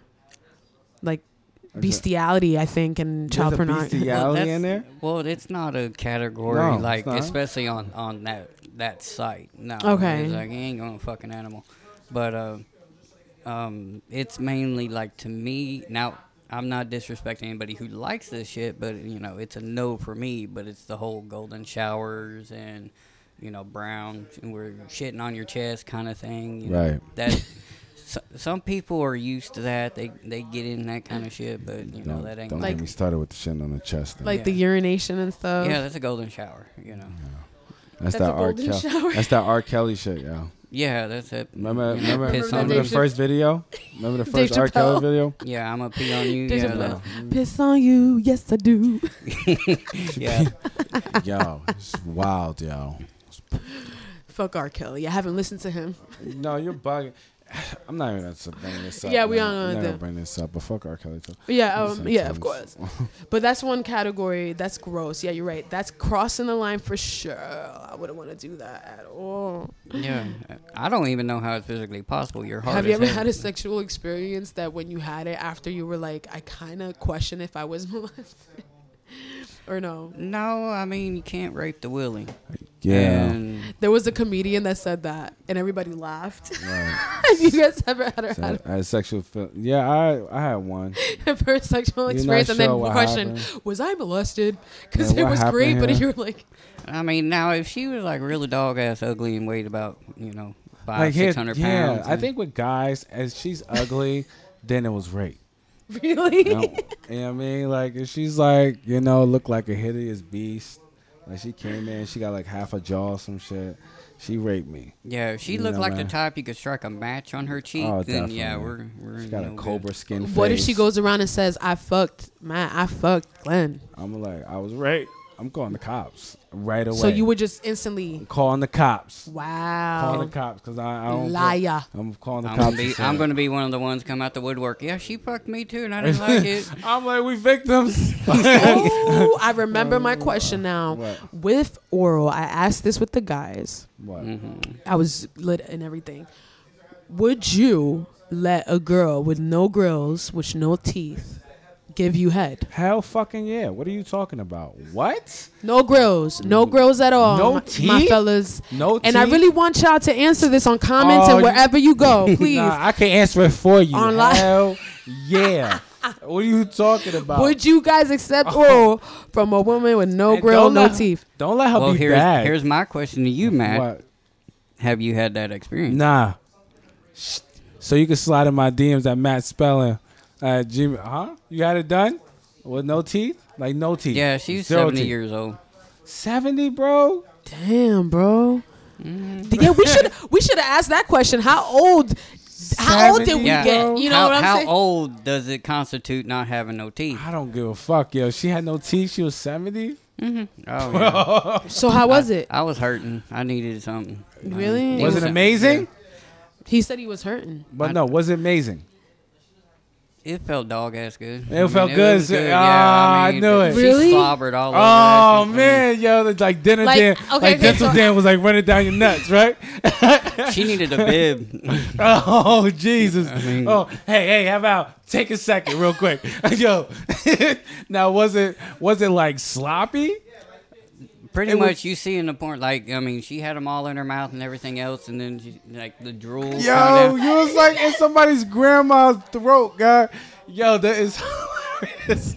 C: Like
B: Is it-
C: bestiality, I think, and
B: There's
C: child
B: a
C: pornography.
D: Well,
B: bestiality
D: that's-
B: in there?
D: Well, it's not a category
B: No, it's
D: like,
B: not.
D: especially on on that that site. No,
C: Okay.
D: it's like you ain't going fucking animal, but uh, um, it's mainly like to me now. I'm not disrespecting anybody who likes this shit, but you know it's a no for me. But it's the whole golden showers and you know brown and we're shitting on your chest kind of thing. you know.
B: Right.
D: That. so- Some people are used to that. They they get in that kind of shit, but you know
B: Don't,
D: that ain't.
B: don't
D: my
B: get me started with the shit on the chest. Thing.
C: Like the urination and stuff.
D: yeah, that's a golden shower, you know.
B: Mm-hmm. that's,
C: that's
B: that
C: a
B: R.
C: golden
B: Kelly.
C: shower.
B: That's that R. Kelly shit, yo.
D: Yeah, that's it.
B: Remember,
D: You know,
B: remember,
D: piss on
B: remember
D: you.
B: the
C: Dave
B: first video? Remember the first R.
C: Chappelle.
B: Kelly video?
D: Yeah, I'm a pee on you.
C: Dave
D: yeah,
C: Chappelle.
D: that's-
C: Piss on you, yes I do.
D: yeah.
B: yo, it's wild, yo.
C: Fuck R. Kelly. I haven't listened to him.
B: No, you're bugging. I'm not even gonna s- bring this up.
C: Yeah, we
B: no.
C: all know
B: I'm not
C: that.
B: gonna bring this up, but fuck R. Kelly too.
C: Yeah, um, yeah, of
B: Sometimes.
C: course. But that's one category. That's gross. Yeah, you're right. That's crossing the line for sure. I wouldn't want to do that at all.
D: yeah. I don't even know how it's physically possible. You're hard.
C: Have you
D: as
C: ever
D: hell.
C: had a sexual experience that when you had it after you were like, I kind of question if I was molested? or no?
D: No, I mean you can't rape the willy.
B: Yeah.
D: And
C: There was a comedian that said that and everybody laughed.
B: Right.
C: Have you guys ever had a,
B: So,
C: had
B: I had sexual. Feel- yeah, I I had one.
C: a first sexual
B: You're not
C: experience and then
B: sure what
C: question,
B: happened.
C: was I molested? Because
B: Yeah,
C: it
B: what
C: was great,
B: happened
C: but
B: here?
C: you were like,
D: I mean now if she was like really dog ass ugly and weighed about you know five
B: Like here,
D: six hundred
B: yeah.
D: pounds.
B: I
D: and-
B: think with guys, as she's ugly, then it was rape.
C: really?
B: You know, you know what I mean? Like, if she's like, you know, look like a hideous beast. Like, she came in, she got like half a jaw, or some shit. She raped me.
D: yeah, if she
B: You
D: looked
B: know,
D: like the
B: uh,
D: type you could strike a match on her cheek,
B: Oh,
D: then yeah, we're
B: definitely.
D: we're
B: She got
D: no
B: a
D: good.
B: cobra skin face.
C: What if she goes around and says, I fucked Matt, I fucked Glenn?
B: I'm like, I was raped. I'm calling the cops right away.
C: So you would just instantly,
B: calling the cops. Calling
C: wow,
B: the cops because I, I don't.
C: liar.
B: I'm calling the
D: I'm
B: cops.
D: gonna, be,
B: and
D: I'm
B: shit.
D: gonna be one of the ones come out the woodwork. Yeah, she fucked me too, and I didn't like it.
B: I'm like, we victims.
C: oh, I remember my question now.
B: What?
C: With oral, I asked this with the guys.
B: what?
D: Mm-hmm.
C: I was lit and everything. Would you let a girl with no grills, with no teeth, give you head?
B: Hell fucking yeah. What are you talking about? What?
C: No grills, no grills at all.
B: Mm. No
C: my, my
B: teeth?
C: fellas.
B: No
C: And I
B: teeth?
C: really want y'all to answer this on comments
B: Oh,
C: and
B: you-
C: wherever you go, please.
B: Nah, I can answer it for you.
C: Online-
B: Hell yeah. what are you talking about?
C: Would you guys accept oral from a woman with no
B: Oh. And
C: grill,
B: don't
C: no
B: let-
C: teeth?
B: Don't let her
D: well,
B: be
D: here's
B: bad.
D: here's my question to you, Matt.
B: What?
D: Have you had that experience?
B: Nah. Shh. So you can slide in my DMs at Matt Spelling. Uh, Jimmy, huh? You had it done with no teeth, like no teeth.
D: Yeah, she's
B: Zero
D: 70
B: teeth.
D: years old.
B: Seventy, bro.
C: Damn, bro. Yeah, we should we should have asked that question. How old? How old did
B: Seventy,
C: we
D: Yeah.
C: get? You know
D: how,
C: what I'm
D: how
C: saying?
D: old does it constitute not having no teeth?
B: I don't give a fuck, yo. She had no teeth. She was seventy.
D: Oh, yeah.
C: So how was it?
D: I was hurting. I needed something.
C: Really?
D: I-
B: Was it amazing?
C: He said he was hurting.
B: But no, was it amazing?
D: It it felt dog ass good.
B: It felt good,
D: was
B: so- ah, I knew it.
D: She
C: Really?
D: slobbered all over.
B: Oh
D: us.
B: man, yo, it's like dinner
C: Like,
B: dan,
C: okay,
B: like
C: okay,
B: dental
C: so-
B: dan was like running down your nuts, right?
D: she needed a bib.
B: oh Jesus!
D: mean-
B: oh hey hey, how about take a second real quick, yo? now was it was it like sloppy?
D: Pretty
B: It was-
D: much, you see in the porn, like I mean, she had them all in her mouth and everything else, and then she, like the drool. coming
B: Yo,
D: out.
B: you was like in somebody's grandma's throat, guy. Yo, that is hilarious.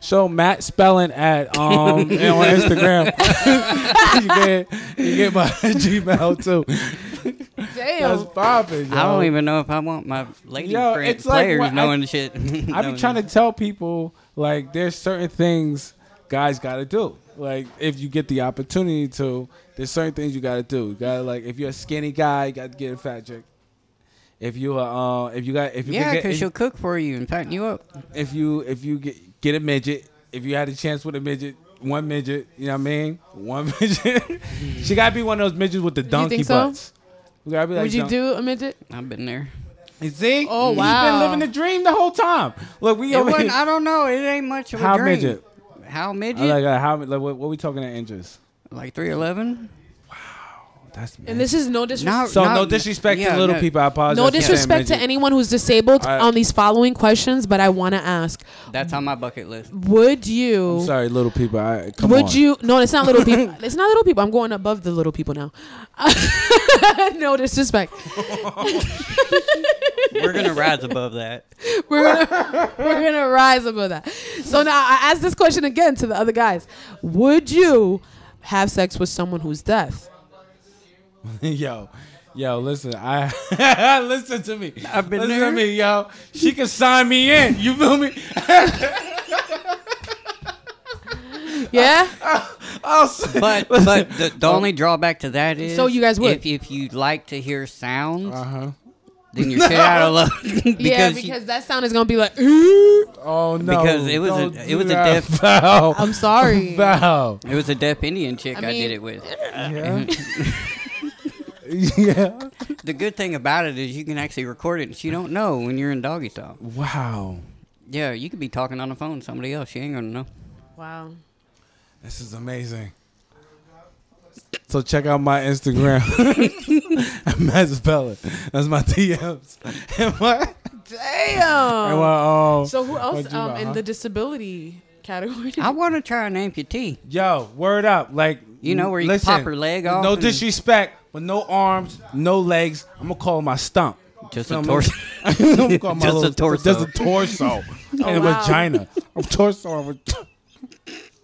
B: So Matt Spelling at um on Instagram. you get you get my Gmail too.
C: Damn.
B: That's popping.
D: I
B: yo.
D: don't even know if I want my lady
B: Yo,
D: friend,
B: it's like
D: players
B: what I-
D: knowing shit.
B: I be trying to tell people like there's certain things guys got to do. Like if you get the opportunity to, there's certain things you got to do. You got to like if you're a skinny guy, you got to get a fat chick. If you are, uh, if you got, if you
D: Yeah,
B: can get,
D: because she'll cook for you and pack you up.
B: if you if you get get a midget, if you had a chance with a midget, one midget, you know what I mean? One midget. she gotta be one of those midgets with the donkey
C: think so?
B: butts. You gotta be like,
C: Would you
B: dun-
C: do a midget?
D: I've been there.
B: You see?
C: Oh,
B: You've been
C: wow.
B: living the dream the whole time. Look, we
D: It
B: over
D: wasn't,
B: here.
D: I don't know. It ain't much of a
B: How
D: dream.
B: midget?
D: How midget?
B: I like, uh, how like, what, what we talking in inches?
D: Like three eleven?
B: That's
C: And this is no disrespect.
D: Not-
B: so no
D: not-
B: disrespect
D: yeah,
B: to little
D: no.
B: people. I apologize.
C: No
B: for saying
C: disrespect to
B: midget.
C: anyone who's disabled
B: I-
C: on these following questions, but I want to ask:
D: That's on my bucket list.
C: Would you?
B: I'm sorry, little people. I, come
C: would
B: on.
C: you? No, it's not little people. It's not little people. I'm going above the little people now. no disrespect.
D: We're gonna rise above that.
C: We're gonna, we're gonna rise above that. So now I ask this question again to the other guys: Would you have sex with someone who's deaf?
B: yo, yo, listen, I listen to me.
D: I've been
B: listen
D: there.
B: to me, yo. She can sign me in. You feel me?
C: Yeah.
D: Uh,
B: I'll say,
D: But but the, the
B: Oh.
D: only drawback to that is
C: So you guys would.
D: if if you like to hear sounds,
B: uh-huh.
D: then you're shit out of luck. because
C: yeah,
D: you-
C: because that sound is gonna be like. "Ooh."
B: Oh no!
D: Because it was a-
B: Don't
D: it
B: do
D: was a
B: that.
D: deaf-
B: foul.
C: I'm sorry.
B: Foul.
D: it was a deaf Indian chick I,
C: mean-
D: did it with.
B: Yeah. yeah.
D: The good thing about it is you can actually record it, and she don't know when you're in doggy style.
B: Wow.
D: Yeah, you could be talking on the phone to somebody else. She ain't gonna know.
C: Wow.
B: This is amazing. So check out my Instagram. Matt Speller. That's my DMs. And my,
C: Damn.
B: and my um,
C: Oh. So who else
B: What'd you
C: um,
B: buy,
C: in
B: huh?
C: the disability category?
D: I want to try an amputee.
B: Yo, word up. Like
D: You know, where you
B: listen,
D: pop her leg off
B: No
D: and-
B: disrespect, but no arms, no legs. I'm gonna call my stump.
D: Just
B: Feel
D: a
B: me?
D: torso.
B: I'm gonna call my
D: Just a
B: little-
D: torso.
B: Just a torso. and a
C: wow.
B: vagina. A torso and a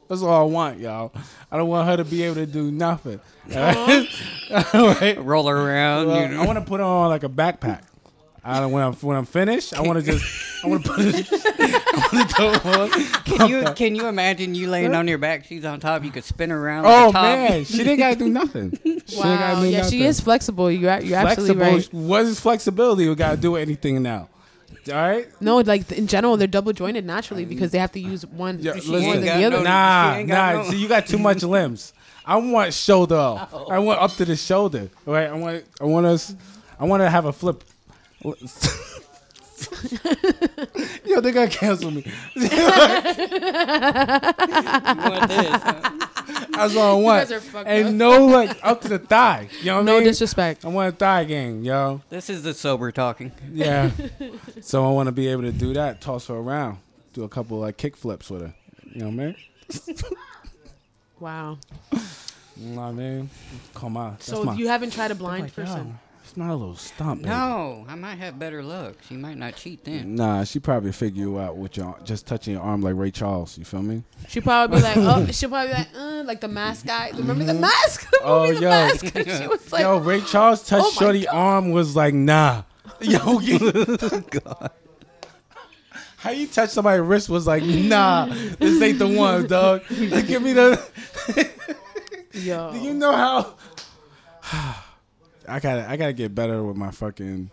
B: That's all I want, y'all. I don't want her to be able to do nothing. All right? All right?
D: Roll her around.
B: Well,
D: you know.
B: I want to put on like a backpack. I don't, when I'm when I'm finished, I want to just I want to put it. I want to go on.
D: Can you can you imagine you laying on your back? She's on top. You could spin her around.
B: Oh
D: the top.
B: man, she didn't gotta do nothing. She didn't
C: wow.
B: gotta do
C: Yeah, she
B: nothing.
C: is flexible. You're a- you're
B: flexible.
C: absolutely right.
B: What is flexibility? We gotta do anything now. All right.
C: No, like in general, they're double jointed naturally because they have to use one
B: Yeah,
C: machine more
B: listen,
C: than
D: got
C: the other.
D: no- she
B: nah,
D: ain't got
B: nah.
D: no-
B: See, you got too much limbs. I want shoulder. I want up to the shoulder. Right. I want. I want us. I want to have a flip. Yo, they gotta cancel me.
D: You want this?
B: That's all I want.
C: guys are fucked
B: and
C: up.
B: no, like up to the thigh. You know what I
C: No
B: mean?
C: disrespect.
B: I want a thigh game, yo.
D: This is the sober talking.
B: Yeah. so I want to be able to do that. Toss her around. Do a couple like kick flips with her. You know what I mean?
C: Wow.
B: You know what I mean? Come on. That's
C: So
B: my, Oh
C: you haven't tried a blind
B: like,
C: person.
B: yo, it's not a little stump. baby.
D: No, I might have better luck. She might not cheat then.
B: Nah, she probably figure you out with your just touching your arm like Ray Charles. You feel me?
C: She probably be like, oh, she probably be like, uh, like the mask guy. Remember the mask? The
B: Oh,
C: movie, the
B: yo.
C: mask. she was like,
B: Yo, Ray Charles touched
C: Oh my
B: Shorty
C: God.
B: arm was like nah. Yo, you- how you touch somebody's wrist was like nah. This ain't the one, dog. Like, give me the.
C: yo.
B: Do you know how? I gotta, I gotta get better with my fucking,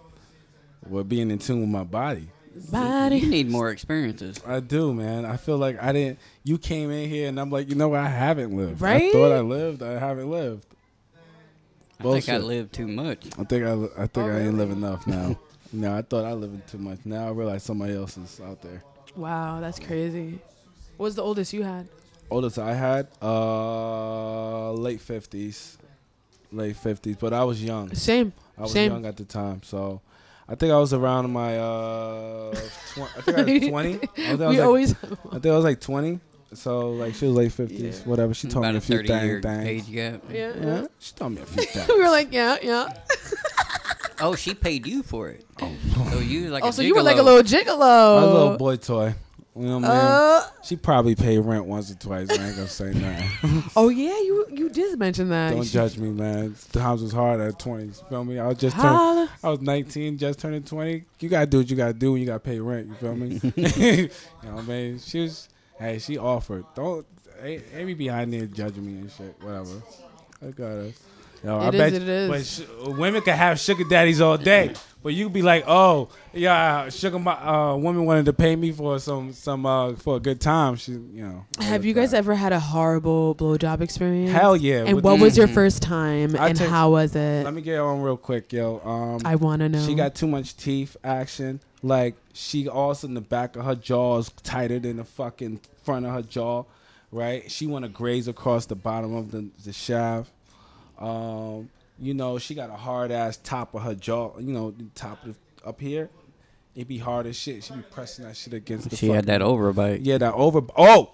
B: with being in tune with my body.
D: You
C: Body.
D: need more experiences.
B: I do, man. I feel like I didn't. You came in here, and I'm like, you know what? I haven't lived. I
C: Right?
B: thought I lived. I haven't lived.
D: I think I
B: Bullshit.
D: live too much.
C: Oh,
B: I think I, I think I ain't live enough now. No, I thought I lived in too much. Now I realize somebody else is out there.
C: Wow, that's crazy. What's the oldest you had?
B: Oldest I had, uh, late fifties, late fifties. But I was young.
C: Same.
B: I was
C: Same.
B: young at the time, so I think I was around my uh, tw- I think I was twenty. I think I was,
C: we
B: like,
C: always.
B: I think I was like twenty. So like she was late fifties, whatever. She told
D: About
B: me
D: a
B: a few
D: 30 year
B: thing, things.
D: age gap.
C: yeah. yeah.
B: Yeah, she told me a few things.
C: we were like, yeah, yeah.
D: Oh, she paid you for it. So you like
C: Oh,
D: a
C: so you were like a
D: gigolo.
C: little gigolo.
B: My
C: oh.
B: little boy toy. You know what I mean?
C: Uh,
B: She probably paid rent once or twice. I ain't gonna say nothing.
C: oh yeah, you you did mention that.
B: Don't judge me, man. Times was hard at twenties. Feel me? I was just turned,
C: Holla.
B: I was nineteen, just turning twenty. You gotta do what you gotta do when you gotta pay rent. You feel me? you know what I mean? She was, hey, she offered. Don't, hey, hey, be behind there judging me and shit. Whatever. I got her. Yo, I
C: It is,
B: bet
C: it is.
B: But sh- women can have sugar daddies all day, but you be like, oh, yeah, sugar. My uh, woman wanted to pay me for some, some, uh, for a good time. She, you know.
C: Have you guys ever had a horrible blowjob experience?
B: Hell yeah.
C: And
B: With
C: what
B: the-
C: was
D: Mm-hmm.
C: your first time?
B: I
C: and
B: took-
C: how was it?
B: Let me get on real quick, yo. Um,
C: I want to know.
B: She got too much teeth action. Like she also in the back of her jaw is tighter than the fucking front of her jaw, right? She want to graze across the bottom of the, the shaft. Um, you know, she got a hard ass top of her jaw. You know, the top of up here, it be hard as shit. She be pressing that shit against the.
D: She had
B: fucking-
D: that overbite.
B: Yeah, that over. Oh,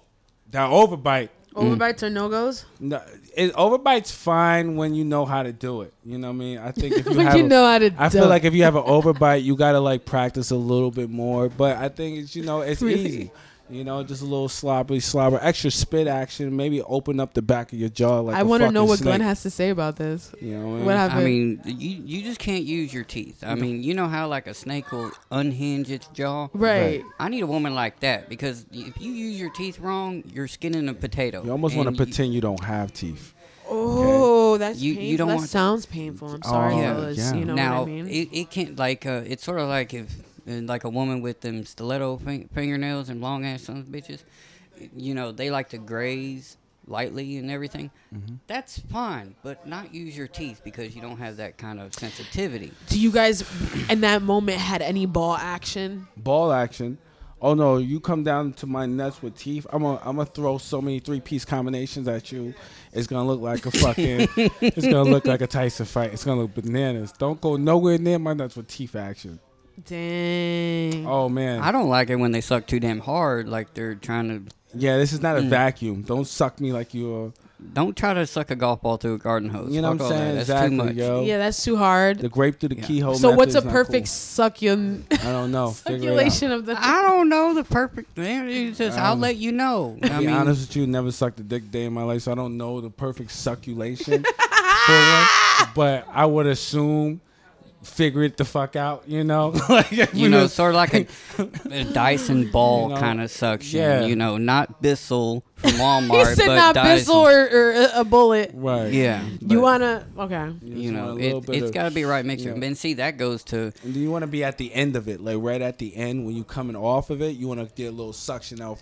B: that overbite.
C: overbites or no goes.
B: No, it, overbite's fine when you know how to do it. You know what I mean? I think if you
C: But
B: have
C: you
B: a-
C: know how to.
B: I
C: do
B: feel
C: it.
B: like if you have an overbite, you gotta like practice a little bit more. But I think it's you know it's
C: Really?
B: easy. You know, just a little slobbery slobber, extra spit action. Maybe open up the back of your jaw like.
C: I
B: want
C: wanna
B: to
C: know what
B: snake.
C: Glenn has to say about this.
B: You know what,
C: What
B: I
C: happened?
D: I mean, you you just can't use your teeth. I mean, you know how like a snake will unhinge its jaw.
C: right.
D: I need a woman like that because if you use your teeth wrong, you're skinning a potato.
B: mean? You almost want to
D: And you-
B: pretend you don't have teeth.
C: Oh, that's
D: You- you
C: painful.
D: don't
C: that
D: want-
C: sounds painful. I'm sorry,
B: Oh,
D: yeah.
C: fellas.
B: yeah.
C: You know
D: now
C: what I mean?
D: it, it can't like uh, it's sort of like if uh, like a woman with them stiletto fin- fingernails and long ass sons of bitches, you know they like to graze lightly and everything.
B: Mm-hmm.
D: That's fine, but not use your teeth because you don't have that kind of sensitivity.
C: Do you guys, in that moment, had any ball action?
B: Ball action. Oh no, you come down to my nuts with teeth. I'm gonna I'm gonna throw so many three piece combinations at you. It's gonna look like a fucking. it's gonna look like a Tyson fight. It's gonna look bananas. Don't go nowhere near my nuts with teeth action.
C: Dang.
B: Oh man.
D: I don't like it when they suck too damn hard, like they're trying to.
B: Yeah, this is not a
D: Mm.
B: vacuum. Don't suck me like you are.
D: Don't try to suck a golf ball through a garden hose.
B: You know
D: Fuck
B: what I'm
D: all that.
B: saying?
D: That's
B: exactly,
D: too much.
B: yo.
C: Yeah, that's too hard.
B: The grape through the keyhole.
C: so what's a
B: method's not
C: perfect succulent
B: Cool. I don't know. Figure it out.
C: circulation of the?
D: I don't know the perfect. It's just I'll let you know. I
B: Um, To be
D: mean,
B: honest with you, never sucked a dick day in my life, so I don't know the perfect succulation. for one, but I would assume, figure it the fuck out. You know, like
D: you know, sort of like a, a Dyson ball
B: You know,
D: kind of suction.
B: yeah.
D: You know, not Bissell from
C: He
D: Walmart,
C: said
D: but
C: not
D: Dyson.
C: Bissell or, or a- a bullet.
B: right?
D: Yeah.
C: You wanna? Okay.
B: just
D: You know,
B: want a little
D: it,
B: bit
D: it's
B: of-
D: got to be right mixture.
B: yeah.
D: And see, that goes to
B: And then you want to be at the end of it, like right at the end when you coming off of it. You want to get a little suction out,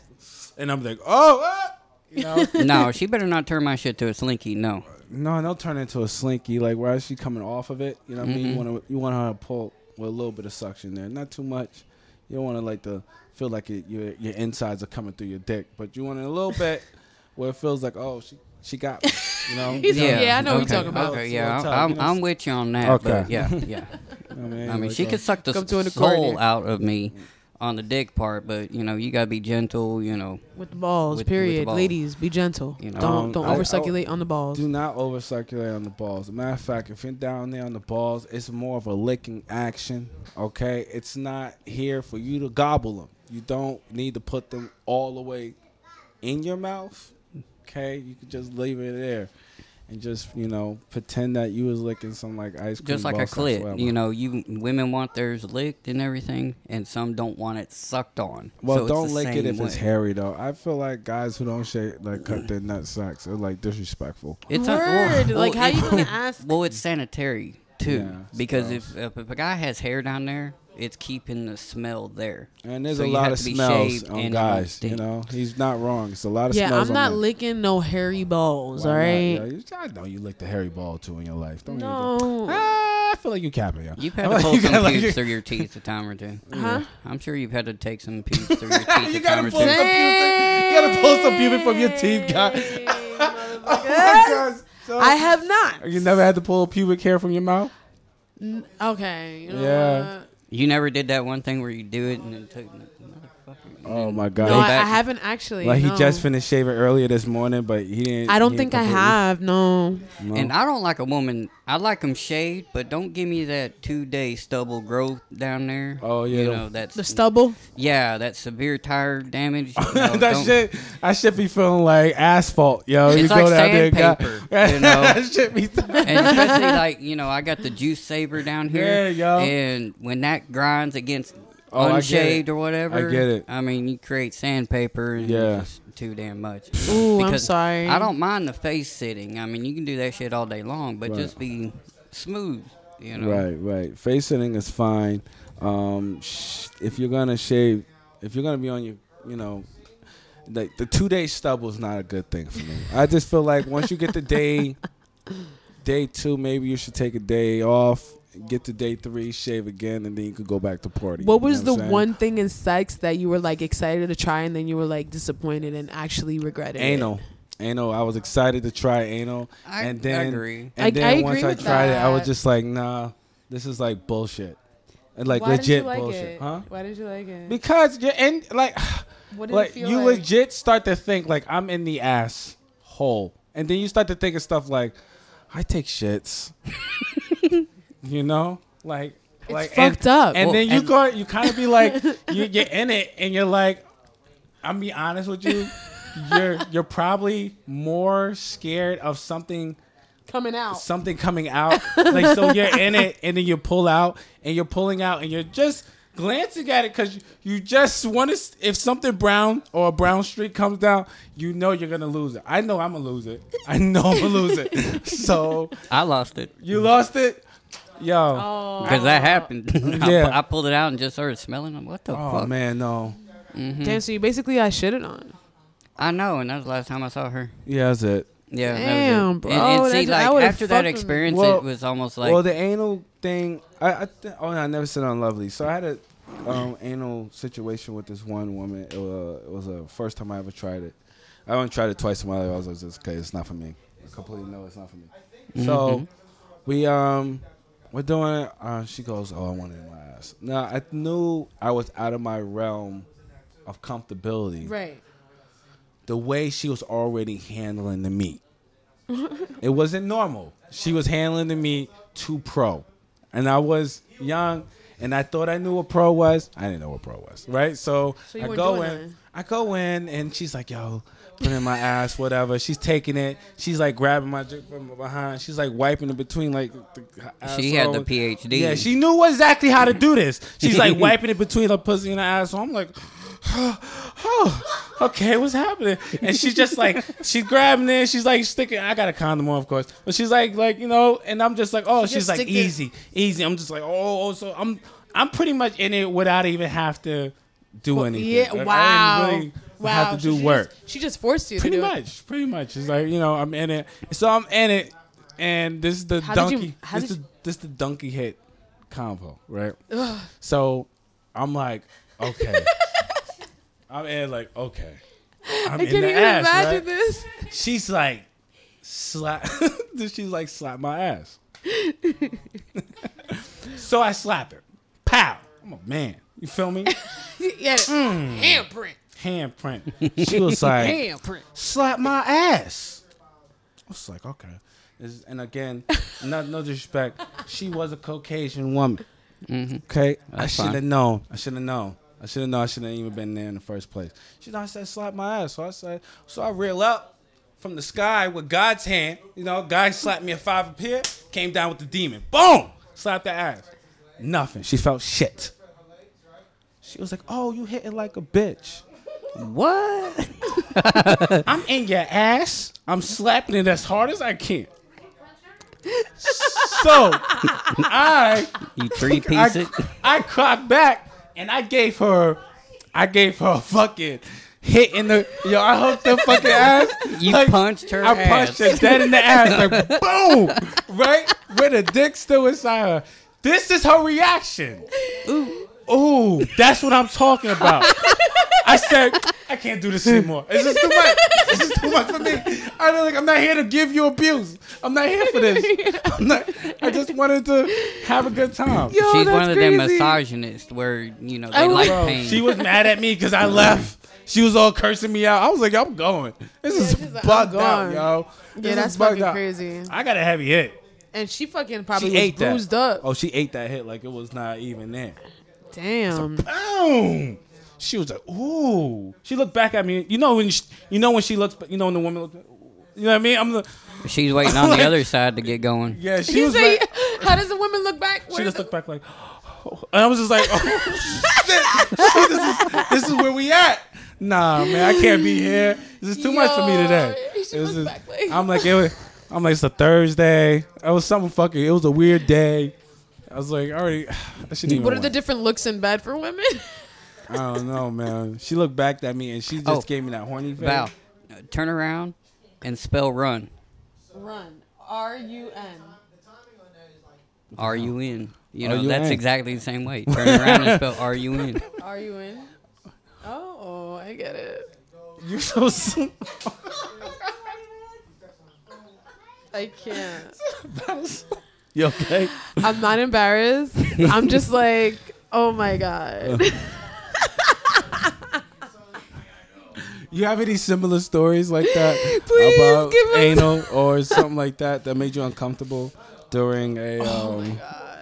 B: and I'm like, oh, ah! you know.
D: no. She better not turn my shit to a slinky. No,
B: No, and they'll turn into a slinky. Like, why is she coming off of it? You know what I mean?
C: Mm-hmm.
B: You want to, you want her to pull with a little bit of suction there, not too much. You don't want to like the feel like it, your your insides are coming through your dick, but you want it a little bit where it feels like, oh, she she got me. You know?
C: He's-
D: yeah,
C: yeah, I know what you're
D: okay,
C: talking about.
D: Okay,
B: It's
D: yeah,
B: real tough,
D: I'm,
B: you know.
D: I'm with you on that. But
B: Okay.
D: yeah, yeah.
B: You know what
D: I mean,
B: Like,
D: she
B: uh,
D: could suck the
C: Come to an
D: soul
C: accordion.
D: out of me on the dick part, but you know, you gotta be gentle. You know,
C: With the balls,
D: With- with the
C: period.
D: ball.
C: Ladies, be gentle.
D: You know,
C: don't
B: Um,
C: don't
B: I- I-
C: over circulate on the balls.
B: Do not over circulate on the balls. Matter of fact, if you're down there on the balls, it's more of a licking action. Okay, it's not here for you to gobble them. You don't need to put them all the way in your mouth. Okay, you can just leave it there, and just you know pretend that you was licking some like ice cream.
D: just like
B: ball
D: a
B: sacks,
D: clit.
B: whatever.
D: You know, you women want theirs licked and everything, and some don't want it sucked on.
B: Well,
D: So it's
B: don't
D: the
B: lick it
D: same
B: if it's
D: way.
B: hairy though. I feel like guys who don't shake like cut their nut sacks are like disrespectful.
D: It's a-
C: Word. like, how
D: it-
C: you gonna ask?
D: Well, it's sanitary too,
B: Yeah, it's
D: because if, if if a guy has hair down there, it's keeping the smell there.
B: And there's
D: So
B: a
D: you
B: lot
D: have
B: of
D: to be
B: smells
D: shaved and
B: on
D: it won't
B: guys. You
D: stink.
B: know, he's not wrong. It's a lot of
C: Yeah,
B: smells.
C: I'm
B: on
C: not
B: men.
C: licking no hairy balls.
B: Why
C: all
B: not,
C: right.
B: yo? You- I know you licked a hairy ball too in your life. Don't even-
C: No.
B: Ah, I feel feel like you capping, yo.
D: You've
B: I
D: had
B: feel
D: to
B: like
D: pull
B: you
D: some
B: got, like,
D: pubes
B: you-
D: through your teeth a time or two.
C: Huh?
D: I'm sure you've had to take some pubes through your teeth
B: You
D: a
B: gotta
D: time or
B: pull some
D: two.
C: Dang.
B: pubic. You gotta pull some pubic from your teeth, guy.
C: Dang,
B: Oh
C: motherfuckers.
B: my gosh. So-
C: I have not.
B: You never had to pull pubic hair from your mouth?
C: Okay. You know
B: Yeah.
C: what?
D: You never did that one thing where you do it and it took. Motherfucker.
B: Oh my
C: No, I,
B: god!
C: I
D: back.
C: haven't actually.
B: like
C: no.
B: he just finished shaving earlier this morning, but he didn't.
C: I don't
B: he
C: think
B: didn't
C: I
B: completely-
C: have. No.
B: No.
D: And I don't like a woman. I like them shaved, but don't give me that two day stubble growth down there.
B: Oh, yeah,
D: you
B: them-
D: know that's
C: The stubble.
D: yeah, that severe tire damage. you know,
B: that
D: don't-
B: shit, I should be feeling like asphalt, yo.
D: It's
B: you
D: like
B: go down there, and got-
D: sandpaper, you know?
B: that shit be.
D: And especially like you know, I got the juice saver down
B: Yeah,
D: here,
B: yo.
D: and when that grinds against
B: Oh, I get it.
D: unshaved or whatever,
B: I get it.
D: I mean, you create sandpaper, and
B: Yeah.
D: yeah, it's just too damn much.
C: Ooh, I'm
D: Because
C: sorry.
D: I don't mind the face sitting. I mean, you can do that shit all day long, but
B: Right.
D: just be smooth. You know,
B: right, right. Face sitting is fine. Um, sh- if you're gonna shave, if you're gonna be on your, you know, like the two day stubble is not a good thing for me. I just feel like once you get the day, day two, maybe you should take a day off. Get to day three, shave again, and then you could go back to party.
C: What
B: You
C: was
B: know
C: the
B: I'm saying?
C: one thing in sex that you were like excited to try and then you were like disappointed and actually regretted? it?
B: anal? Anal. I was excited to try anal,
D: I
B: and then
D: agree.
B: and
C: I-
B: then
C: I agree
B: once I
C: with
B: tried it, I was
C: that.
B: just like, nah, this is like bullshit, and like
C: Why did
B: legit
C: you like
B: bullshit,
C: it?
B: huh?
C: Why did you like it?
B: Because you're in like
C: what did it
B: like
C: feel
B: you
C: like?
B: legit start to think like I'm in the ass hole. And then you start to think of stuff like I take shits. you know? Like
C: It's
B: like and,
C: fucked up.
B: And
D: Well,
B: then you
D: and-
B: go you kinda be like you get in it and you're like, I'm be honest with you, you're you're probably more scared of something
C: coming out.
B: something coming out. like so you're in it and then you pull out and you're pulling out and you're just glancing at it because you just want to. If something brown or a brown streak comes down, you know you're gonna lose it. I know I'm gonna lose it. I know I'm gonna lose it. So
D: I lost it.
B: you lost it, yo.
C: Oh.
D: Because that happened. I,
B: Yeah.
D: pu- I pulled it out and just started smelling it. What the
B: Oh,
D: fuck?
B: man, no. Mm-hmm.
C: Damn, so you basically I shitted on.
D: I know, and that was the last time I saw her.
B: Yeah, that's it.
D: Yeah. that was it.
C: Damn,
D: And-
C: bro,
D: And,
C: that-
D: see,
C: I
D: like,
C: would've
D: after that
C: fucking-
D: experience,
B: Well-
D: it was almost like.
B: well, the anal thing. I, I th- oh, no, I never said unlovely. So I had a um, anal situation with this one woman. It was, it was the first time I ever tried it. I only tried it twice in my life. I was like, "This- okay, it's not for me. I completely know it's not for me.
D: Mm-hmm.
B: So we um we're doing it. Uh, she goes, oh, I want it in my ass. Now I knew I was out of my realm of comfortability
C: Right.
B: the way she was already handling the meat. it wasn't normal. She was handling the meat too pro. And I was young and I thought I knew what pro was. I didn't know what pro was. Right? So,
C: So you
B: I
C: weren't
B: go
C: doing
B: in.
C: nothing.
B: I go in and she's like, yo, put it in my ass, whatever. She's taking it. She's like grabbing my dick from behind. She's like wiping it between like the
D: She had the
B: asshole.
D: PhD.
B: Yeah, she knew exactly how to do this. She's like wiping it between her pussy and her ass. So I'm like, oh, okay, what's happening? And she's just like, she's grabbing it. She's like sticking. I got a condom on, of course, but she's like, like you know. And I'm just like, oh, she's
C: just
B: like
C: sticked it.
B: easy, easy. I'm just like, oh, oh, so I'm, I'm pretty much in it without even have to do anything. Like, I
C: Yeah.
B: didn't
C: Wow.
B: really
C: wow.
B: Have to
C: So
B: do
C: she
B: work
C: Just, she just forced you
B: pretty
C: to do
B: much pretty much it's like you know i'm in it so i'm in it and this is the
C: How did you-
B: donkey
C: how
B: this,
C: did
B: the, this the donkey hit combo right so i'm like okay i'm in like okay i'm
C: it. I
B: in
C: can't
B: the
C: even
B: ass
C: imagine
B: right?
C: this.
B: she's like slap she's like slap my ass so i slap her pow i'm a man you feel me
C: yeah.
B: Hmm.
C: Handprint.
B: handprint she was like
C: Handprint.
B: slap my ass. I was like, okay. This- And again, not no disrespect. She was a Caucasian woman. Okay, I
D: Mm-hmm. That's fine.
B: should have known. I should have known. I should have known. I shouldn't have even been there in the first place. She done said, "Slap my ass." So I said, "So I reel up from the sky with God's hand. You know, God slapped me a five up here, came down with the demon. Boom, slapped the ass. Nothing. She felt shit. She was like, "Oh, you hitting like a bitch."
D: What?
B: I'm in your ass. I'm slapping it as hard as I can. So I
D: You three piece
B: I,
D: it?
B: I cocked back and I gave her I gave her a fucking hitting the yo. I hooked the fucking ass.
D: You
B: Like,
D: punched her
B: I punched her
D: ass.
B: dead in the ass, like boom, right where the dick still inside her. This is her reaction. Ooh, ooh, that's what I'm talking about. I said I can't do this anymore. This is too much. This is too much for me. I don't like. I'm not here to give you abuse. I'm not here for this. I'm not, I just wanted to have a good time.
C: Yo,
D: She's
C: Oh, that's
D: one of them
C: crazy. Oh,
D: misogynists where you know
C: I
D: they like
B: Bro,
D: pain.
B: she was mad at me because I left. She was all cursing me out. I was like, I'm going. This is
C: she's like, I'm
B: bugged out,
C: gone.
B: yo. This
C: Yeah,
B: is
C: that's
B: bugged
C: fucking
B: out.
C: crazy.
B: I got a heavy hit.
C: And she fucking probably
B: she
C: was
B: ate
C: bruised
B: that.
C: up.
B: Oh, she ate that hit like it was not even there.
C: Damn.
B: Boom. She was like, ooh. She looked back at me. You know when she, you know when she looks. You know when the woman looks. You know what I mean? I'm the
D: She's waiting on
B: Like-
D: the other side to get going.
B: yeah. She
C: You
B: was
C: say,
B: like,
C: how does a woman look back?
B: she
C: Where's
B: just
C: the-
B: looked back like, and I was just like, oh, shit. Shit, this, is, this is where we at. Nah, man, I can't be here. This is too much for me
C: Yo,
B: today.
C: you should
B: It was
C: look back, like-
B: I'm like, it was, I'm like, it's a Thursday. It was something fucking. It was a weird day. I was like, all right, I shouldn't even.
C: what are the
B: went.
C: different looks in bed for women?
B: I don't know, man. She looked back at me and she just
D: Oh.
B: gave me that horny face.
D: Val, uh, turn around and spell run.
C: Run. R U N.
D: R U N. You know that's
B: R-U-N.
D: exactly the same way. Turn around and spell R U N.
C: R U N. Oh, I get it.
B: You so s-
C: I can't.
B: You okay?
C: I'm not embarrassed. I'm just like, oh my god.
B: You have any similar stories like that
C: Please
B: about
C: give us-
B: anal or something like that that made you uncomfortable during a
D: Oh
B: um,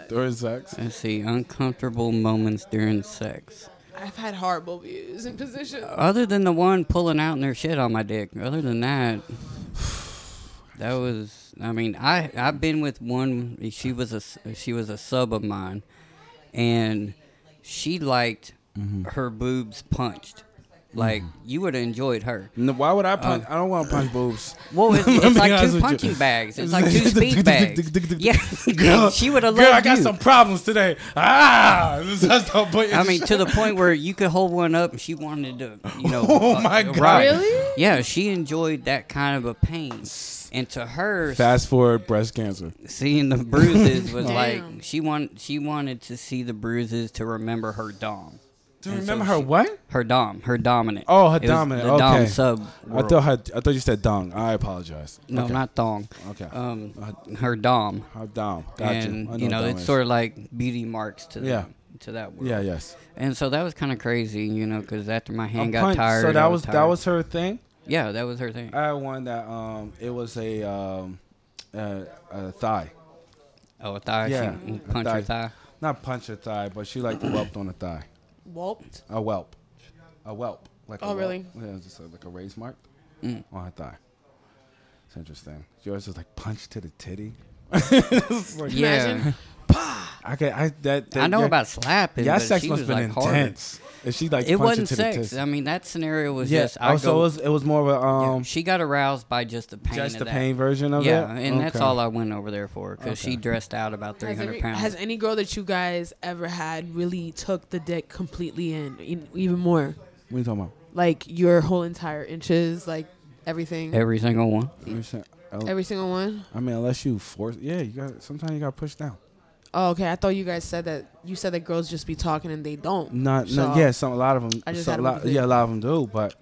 B: during sex?
D: Let's see. Uncomfortable moments during sex.
C: I've had horrible views and positions.
D: Other than the one pulling out in their shit on my dick. Other than that, that was. I mean, I I've been with one. She was a s- she was a sub of mine, and she liked
B: Mm-hmm.
D: her boobs punched. Like you would have enjoyed her.
B: No, why would I punch? I don't want to punch boobs.
D: Well, it's,
B: Let me
D: it's
B: be
D: like
B: honest
D: two
B: with you.
D: punching bags. It's like two speed bags. Yeah,
B: Girl,
D: she would have
B: Girl, I
D: loved
B: got
D: you.
B: some problems today. Ah, this is how but-
D: I mean, to the point where you could hold one up, and she wanted to, you know.
B: Oh
D: uh,
B: my God.
D: ride.
C: Really?
D: Yeah, she enjoyed that kind of a pain, and to her,
B: fast forward breast cancer.
D: seeing the bruises was like
C: Damn.
D: she want she wanted to see the bruises to remember her dom,
B: Do
D: you
B: you
D: And so remember
B: remember
D: her
B: her
D: she-
B: what?
D: her dom, her dominant.
B: Oh, her
D: It was
B: dominant,
D: The dom
B: okay.
D: sub.
B: I
D: World.
B: thought her, I thought you said dong. I apologize.
D: no,
B: okay.
D: not thong.
B: Okay.
D: Um,
B: Uh,
D: her dom.
B: her dom. Gotcha.
D: And
B: I
D: you know,
B: dom
D: it's
B: is.
D: sort of like beauty marks to
B: Yeah.
D: the, to that world.
B: yeah, yes.
D: And so that was kind of crazy, you know, because after my hand
B: A
D: got
B: punch.
D: tired,
B: So that
D: I
B: was that
D: tired.
B: was her thing.
D: yeah, that was her thing.
B: I had one that um it was a um uh, a thigh.
D: oh, a thigh,
B: yeah,
D: she
B: a
D: punch her
B: thigh.
D: thigh.
B: Not punch her thigh, but she like whelped on a thigh.
C: Walked.
B: A whelp. A whelp. Like a
C: Oh,
B: whelp.
C: really?
B: Yeah, just uh, like a raise mark
D: Mm.
B: on her thigh. It's interesting. Yours is like punch to the titty. It's like-
D: Yeah,
B: I can I that, that
D: I know
B: yeah,
D: about slapping.
B: Yeah,
D: but
B: sex
D: she
B: must
D: was,
B: been
D: like, hard.
B: intense. If she like
D: It
B: punched
D: wasn't
B: her to the
D: sex.
B: titty.
D: I mean, that scenario was
B: yeah.
D: just I
B: oh, so
D: go.
B: it was it was more of a
D: yeah,
B: um
D: she got aroused by just the pain.
B: just
D: of
B: the
D: that.
B: pain version of
D: Yeah,
B: it.
D: and that's
B: Okay.
D: all I went over there for because she dressed out about three
C: Has,
D: hundred
C: every,
D: pounds.
C: has any girl that you guys ever had really took the dick completely in, in even more?
B: What are you talking about?
C: Like your whole entire inches, like everything, every,
D: Every single one.
B: What you saying? Oh,
C: single one.
B: I mean, unless you force, yeah, you got. Sometimes you got pushed down.
C: Oh, okay. I thought you guys said that. You said that girls just be talking and they don't.
B: Not, not
C: So,
B: yeah. Some a lot of them.
C: I just
B: some,
C: had
B: a
C: a
B: lot,
C: movie
B: yeah, a
C: thing.
B: lot of them do, but
C: You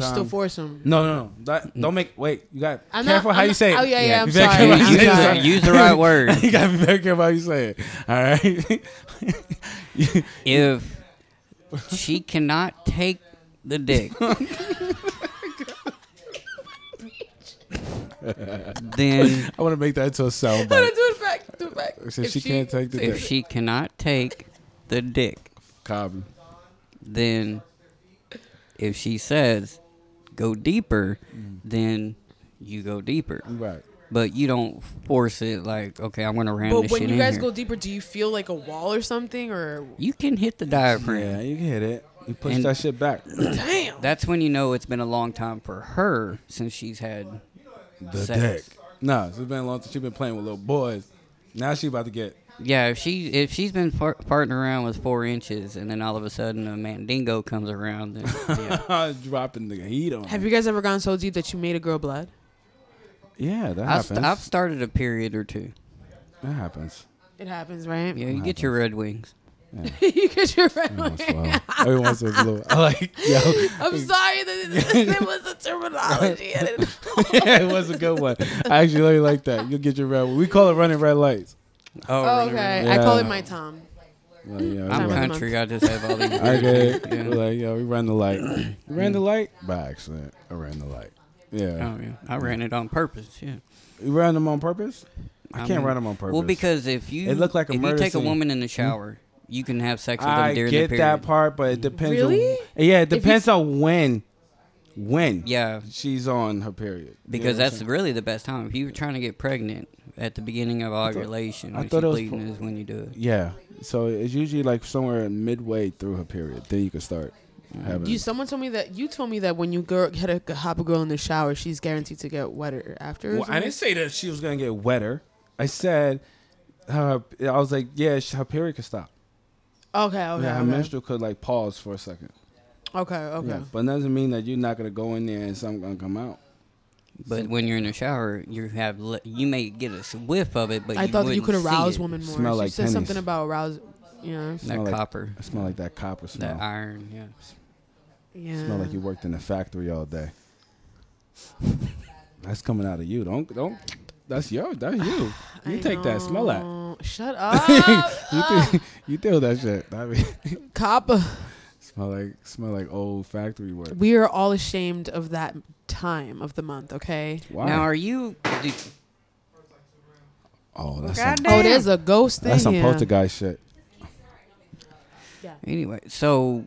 B: sometimes.
C: still force them.
B: no, no, no. That, don't make. Wait, you got
C: I'm not-
B: careful how
C: I'm
B: you
C: not-
B: say it.
C: oh, yeah, yeah, I'm
B: Be very
C: sorry.
B: careful how
D: Use,
B: you
C: I'm
B: say it.
D: the,
C: sorry.
D: use the right word.
B: you gotta be very careful how you say it. All right.
D: if she cannot take the dick,
B: Oh
D: then
B: I want to make that into a
C: No, no,
B: soundbite.
C: do it back. Do it back.
B: So she, can't take the
D: if
B: dick.
D: she cannot take the dick,
B: Copy.
D: then if she says go deeper, then you go deeper.
B: You Right.
D: But you don't force it like, okay, I'm gonna ram
C: But
D: this
C: when
D: shit
C: you
D: in
C: guys
D: here.
C: go deeper, do you feel like a wall or something, or
D: you can hit the diaphragm.
B: Yeah, you can hit it. You push
D: And-
B: that shit back. the
C: damn?
D: That's when you know it's been a long time for her since she's had sex.
B: No, it's been a long time. She's been playing with little boys. Now she about to get
D: Yeah, if she if she's been par- farting around with four inches, and then all of a sudden a mandingo comes around, then yeah,
B: dropping the heat on.
C: Have
B: her.
C: you guys ever gone so deep that you made a girl blood?
B: Yeah, that
D: I
B: happens.
D: st- I've started a period or two.
B: That happens.
C: It happens, right?
D: Yeah, you get your red wings.
C: you get your
B: Every
C: red
B: once in a
C: wing.
B: while. Every once in a blue. I like yo.
C: I'm sorry that there was a terminology. I didn't
B: it was a good one. I actually really like that. You'll get your red. We call it running red lights.
D: Oh,
C: Oh,
D: really,
C: okay.
D: really.
B: Yeah.
C: I call it my Tom.
B: Well, yeah, we
D: I'm
B: run-
C: Time.
D: country. I just have all these.
B: Okay.
D: Yeah.
B: We're like, yeah, we ran the light. You ran the light? By accident. I ran the light. Yeah.
D: Oh yeah, I ran it on purpose. Yeah.
B: You ran them on purpose? I,
D: I
B: can't
D: mean,
B: run them on purpose.
D: Well, because if you
B: It looked like a
D: if
B: murder
D: you take
B: scene. Hmm?
D: a woman in the shower, you can have sex with
B: I
D: them during
B: get
D: the period.
B: that part, but it depends
C: Really?
B: on Yeah, it depends on when when
D: Yeah,
B: she's on her period. You
D: because
B: know what I'm
D: that's
B: saying?
D: really the best time. If you're trying to get pregnant at the beginning of ovulation,
B: I
D: when
B: thought
D: she's
B: it was
D: bleeding
B: pro-
D: is when you do it.
B: Yeah. So it's usually like somewhere midway through her period. Then you can start having
C: You someone told me that you told me that when you girl hit a hop a girl in the shower, she's guaranteed to get wetter after.
B: Well, I didn't say that she was gonna get wetter. I said, her, I was like, yeah, sh- her period could stop.
C: Okay, okay,
B: yeah, her
C: okay.
B: menstrual could like pause for a second.
C: okay, okay.
B: Yeah, but that doesn't mean that you're not gonna go in there and something gonna come out.
D: But when you're in the shower, you have le- you may get a s- whiff of it, but
C: I
D: you
C: thought that you
D: wouldn't
C: could
D: see
C: arouse
D: it.
C: women more.
B: Smell
C: she
B: like
C: said
B: pennies.
C: something about arouse. Yeah,
D: That
B: Smell like-
D: copper,
B: I smell like that copper smell.
D: that iron. Yeah.
C: yeah.
B: smell like you worked in a factory all day. that's coming out of you. Don't don't. That's your. That's you. You
C: I
B: take that. Smell that.
C: know. Shut up,
B: You do, you do that shit. I mean,
C: cop.
B: smell like smell like old factory work.
C: We are all ashamed of that time of the month. Okay.
B: Wow.
D: Now, are you? Do,
B: oh, that's some,
C: Oh, there's a ghost thing
B: that's some
C: here.
B: poltergeist shit.
D: anyway, so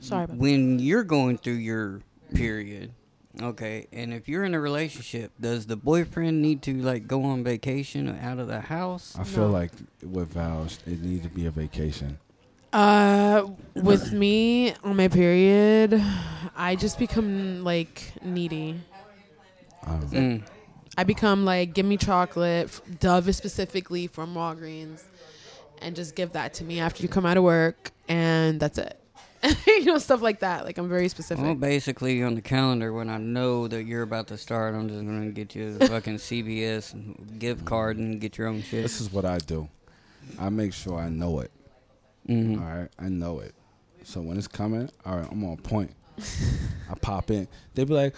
C: Sorry about that.
D: when you're going through your period okay and if you're in a relationship does the boyfriend need to like go on vacation or out of the house
B: I feel
C: No.
B: like with vows, it needs to be a vacation.
C: Uh, with me on my period, I just become like needy.
B: Um,
D: Mm.
C: I become like, give me chocolate, f- Dove specifically from Walgreens, and just give that to me after you come out of work, and that's it. you know, stuff like that. Like I'm very specific.
B: Oh,
D: well basically on the calendar when i know that you're about to start i'm just gonna get you a fucking cbs gift card and get your own shit
B: This is what I do. I make sure I know it.
D: Mhm.
B: All right, I know it. So when it's coming, all right, I'm on point. I pop in. They be like,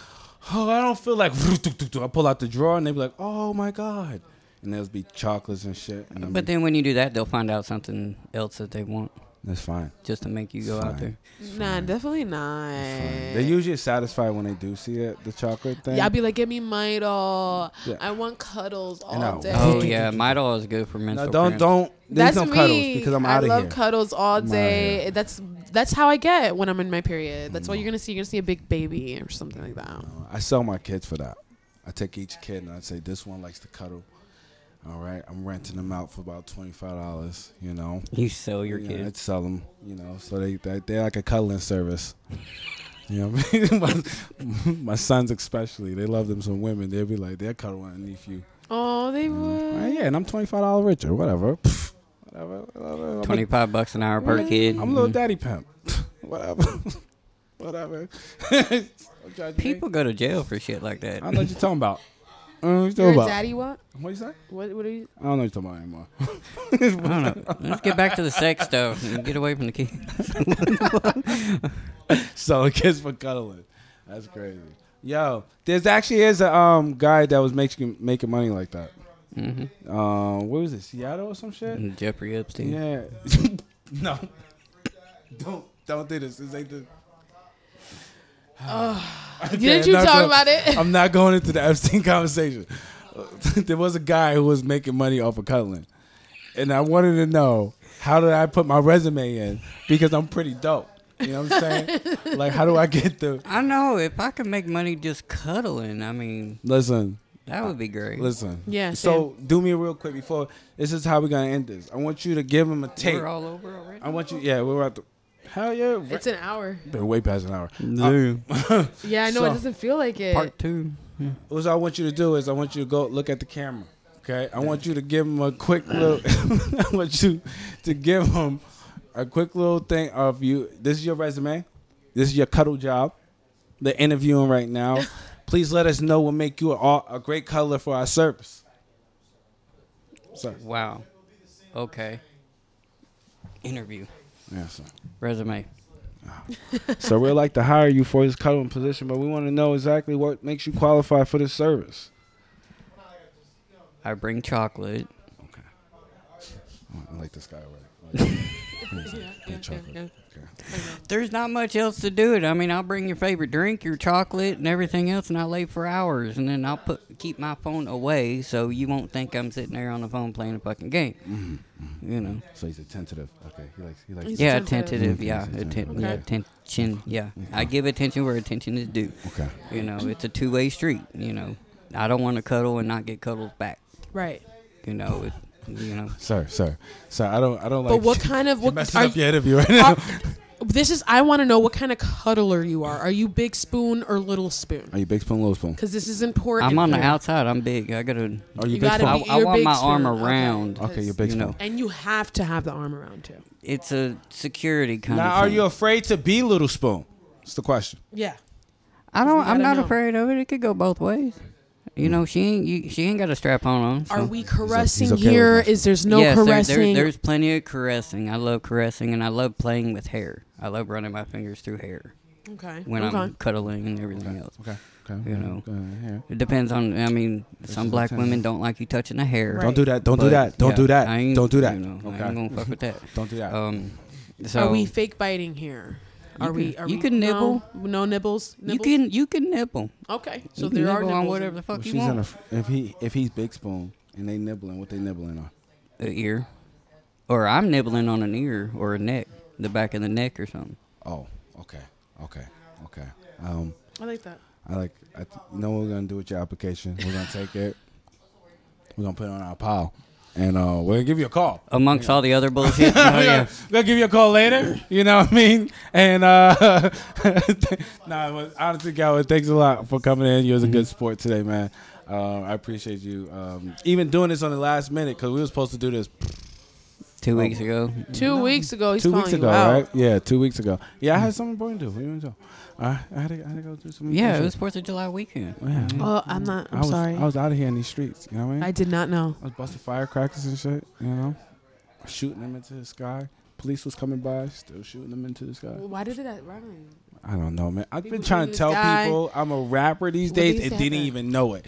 B: "Oh, I don't feel like." I pull out the drawer and they be like, "Oh my god!" And there'll be chocolates and shit. And I'm
D: but then when you do that they'll find out something else that they want
B: that's fine.
D: just to make you go out
B: Fine.
D: there
C: nah, definitely not.
B: It's fine. They
D: Eh.
B: usually satisfied when they do see it, the chocolate thing.
C: Yeah, I'll be like, give me Mito.
B: Yeah.
C: I want cuddles all
B: I'll-
C: day.
D: oh yeah midol is good for menstrual
B: no, don't
D: cramps.
B: don't. There's
C: That's
B: no
C: me.
B: cuddles because I'm
C: I
B: out of
C: love
B: here.
C: cuddles all
B: I'm outta
C: day.
B: here. Mm.
C: That's that's how I get when I'm in my period. That's all you're gonna see. You're gonna see a big baby or something like that.
B: I sell my kids for that. I take each kid and I say, this one likes to cuddle. All right, I'm renting them out for about twenty five dollars. You know,
D: you sell your
B: you
D: kids
B: know, I'd sell them. You know, so they they they're like a cuddling service. You know, what I mean? my, my sons especially, they love them some women. They'll be like, they're cuddling underneath you.
C: Oh, they
B: Mm.
C: would.
B: Right, yeah, and I'm twenty five dollars richer. Whatever, Pff, whatever. whatever. I'm a-
D: 25 bucks an hour per
C: Mm-hmm.
D: kid
B: Mm. I'm a little
D: Mhm.
B: daddy pimp. whatever, whatever. Don't judge me.
D: People go to jail for shit like that.
B: I don't know what you're talking about. I don't know what you're
C: You're
B: talking
C: a
B: about.
C: daddy what?
B: What you say?
C: What what are you
B: I don't know what you're talking about anymore.
D: I don't know. Let's get back to the sex stuff and get away from the kid.
B: Selling kids for cuddling. That's crazy. Yo, there's actually is a um guy that was making making money like that.
D: hmm
B: Um, what was it, Seattle or some shit?
D: Jeffrey Epstein.
B: Yeah. no. Don't don't do this. This ain't the. Okay,
C: Didn't
B: I'm
C: you
B: not
C: talk
B: going-
C: about
D: Oh,
C: it?
B: I'm not going into the Epstein conversation. there was a guy who was making money off of cuddling, and I wanted to know how did I put my resume in because I'm pretty dope. You know what I'm saying? like, how do I get the?
D: I know. If I could make money just cuddling, I mean,
B: Listen,
D: that would be great.
B: listen.
C: Yeah,
B: So do me real quick before this is how we're gonna end this. I want you to give him a tape.
D: We're all over already.
B: I want you. Yeah, we're at the. Hell yeah! It's
C: It's an hour.
B: been way past an hour.
C: Yeah, I know
B: So-
C: it doesn't feel like it.
D: Uh, Part two.
B: What I want you to do is I want you to go look at the camera. Okay, I want you to give him a quick little. I want you to give him a quick little thing of you. This is your resume. This is your cuddle job. They're interviewing right now. Please let us know what make you a, a great color for our service. Sir.
D: Wow. Okay. Interview.
B: Yeah, sir.
D: Resume.
B: so we'd like to hire you for this cuddling position, but we want to know exactly what makes you qualify for this service.
D: I bring chocolate.
B: Oh, I like this guy already.
C: yeah,
B: chocolate.
C: yeah.
B: Okay.
D: There's not much else to do it. I mean, I'll bring your favorite drink, your chocolate, and everything else, and I'll lay for hours, and then I'll put keep my phone away so you won't think I'm sitting there on the phone playing a fucking game.
B: Mm-hmm,
D: You know.
B: So he's a tentative. Okay, he likes. He likes.
C: He's
D: Yeah,
C: attentive.
D: attentive. Yeah, atten- yeah, attention. Yeah, I give attention where attention is due.
B: Okay.
D: You know, it's a two-way street. You know, I don't want to cuddle and not get cuddles back.
C: Right.
D: You know, it, you know.
B: Sir, sir, sir. I don't. I don't like.
C: But what kind of
B: You're
C: what
B: messing
C: are
B: up your interview right now.
C: are- this is I want to know what kind of cuddler you are. Are you big spoon or little spoon?
B: Are you big spoon, little spoon?
C: Because this is important.
D: I'm on the outside. I'm big. I gotta.
B: Are you, big
C: You gotta
B: spoon?
D: I,
C: be-
D: I
C: you're
D: want
C: big
D: my arm
C: spoon. Okay.
D: around.
B: okay, you're big
D: you
B: spoon.
D: know.
C: and you have to have the arm around too.
D: It's a security kind
B: Now,
D: of.
B: are
D: thing.
B: you afraid to be little spoon? It's the question.
C: Yeah.
D: I don't. I'm
C: gotta
D: not
C: know.
D: afraid of it. It could go both ways. You know, she ain't. You, she ain't got a strap on. on so.
C: Are we caressing
B: okay with
C: here?
B: that.
C: Is there's no
D: yes, there- there-
C: caressing?
D: there's plenty of caressing. I love caressing, and I love playing with hair. I love running my fingers through hair
C: okay.
D: when
C: okay.
D: I'm cuddling and everything else.
B: Okay. Okay.
D: You know.
B: Go ahead, here.
D: It depends on. I mean, some
B: is
D: black
B: intense.
D: women don't like you touching the hair.
C: Right.
B: Don't do that. Don't do
D: but,
B: that. Don't
D: yeah,
B: do that.
D: I ain't-
B: Don't do that.
D: You know, I ain't
B: okay.
D: gonna fuck with that.
B: Don't do that.
D: Um, so
C: are we fake biting here? Are we? Are
D: you
C: we,
D: can
C: no? No nibbles.
D: you
C: Nibbles?
D: can you can nipple.
C: Okay. So
D: you can
C: there are
D: nibble
C: nibbles.
D: on
C: in-
D: whatever the
B: Well,
D: fuck
B: she's
D: you
B: in a,
D: want.
B: f- if he if he's big spoon and they nibbling, what they nibbling on?
D: A ear, or I'm nibbling on an ear or a neck, the back of the neck or something.
B: Oh, okay, okay, okay. Um,
C: I like that.
B: I like. I th- you know what we're gonna do with your application? We're gonna take it. We're gonna put it on our pile, and uh, we're gonna give you a call.
D: Amongst all the other bullshit. oh, yeah.
B: They'll give you a call later. You know what I mean? And uh, nah, but honestly, Galvin, thanks a lot for coming in. You was a good sport today, man. Um, I appreciate you um, even doing this on the last minute because we were supposed to do this
D: Two weeks ago.
C: Two weeks ago, he's
B: two
C: calling
B: weeks ago,
C: you out.
B: right? Yeah, two weeks ago. Yeah, I had something important to do. What do you want to do? I, I, had to, I had to go do something.
D: Yeah, it was
B: important.
D: Fourth of July weekend.
B: Yeah.
C: Oh, I'm not. I'm
B: I was,
C: sorry.
B: I was out of here in these streets. You know what I mean?
C: I did not know.
B: I was busting firecrackers and shit, you know, shooting them into the sky. Police was coming by, still shooting them into the sky.
C: Why did that rhyme?
B: I don't know, man. I've been
C: People
B: trying
C: in
B: to
C: the
B: tell
C: sky.
B: people I'm a rapper these
C: What
B: days
C: these
B: and didn't
C: happen?
B: even know it.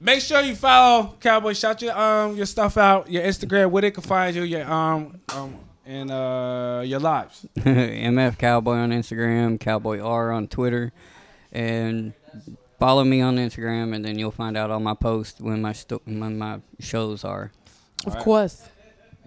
B: Make sure you follow Cowboy. Shout your um your stuff out, your Instagram, where they can find you, your um um and uh your lives.
D: MF Cowboy on Instagram, Cowboy R on Twitter, and follow me on Instagram, and then you'll find out all my posts when my sto- when my shows are.
C: Of
B: Alright.
C: course.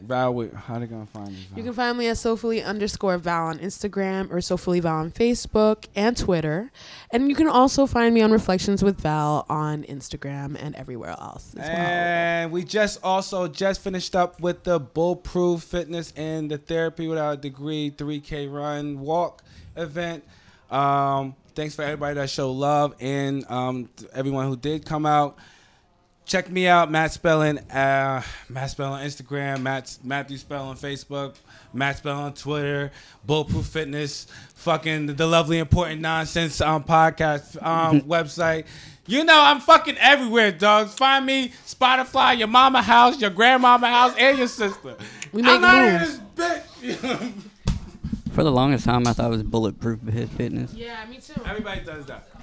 B: Val, wait, how they gonna find you?
C: You can find me at Soulfully underscore Val on Instagram or Soulfully Val on Facebook and Twitter. And you can also find me on Reflections with Val on Instagram and everywhere else as well.
B: And we just also just finished up with the Bulletproof Fitness and the Therapy Without a Degree 3K Run Walk event. Um, thanks for everybody that showed love and um, to everyone who did come out. Check me out, Matt Spelling, uh, Matt Spelling on Instagram, Matt Matthew Spelling on Facebook, Matt Spelling on Twitter, Bulletproof Fitness, fucking the lovely important nonsense um, podcast um, website. You know I'm fucking everywhere, dogs. Find me Spotify, your mama house, your grandmama house, and your sister.
C: We
B: I'm
C: make
B: out of
C: moves.
B: this bitch.
D: For the longest time, I thought it was bulletproof fitness.
C: Yeah, me too.
B: Everybody does that.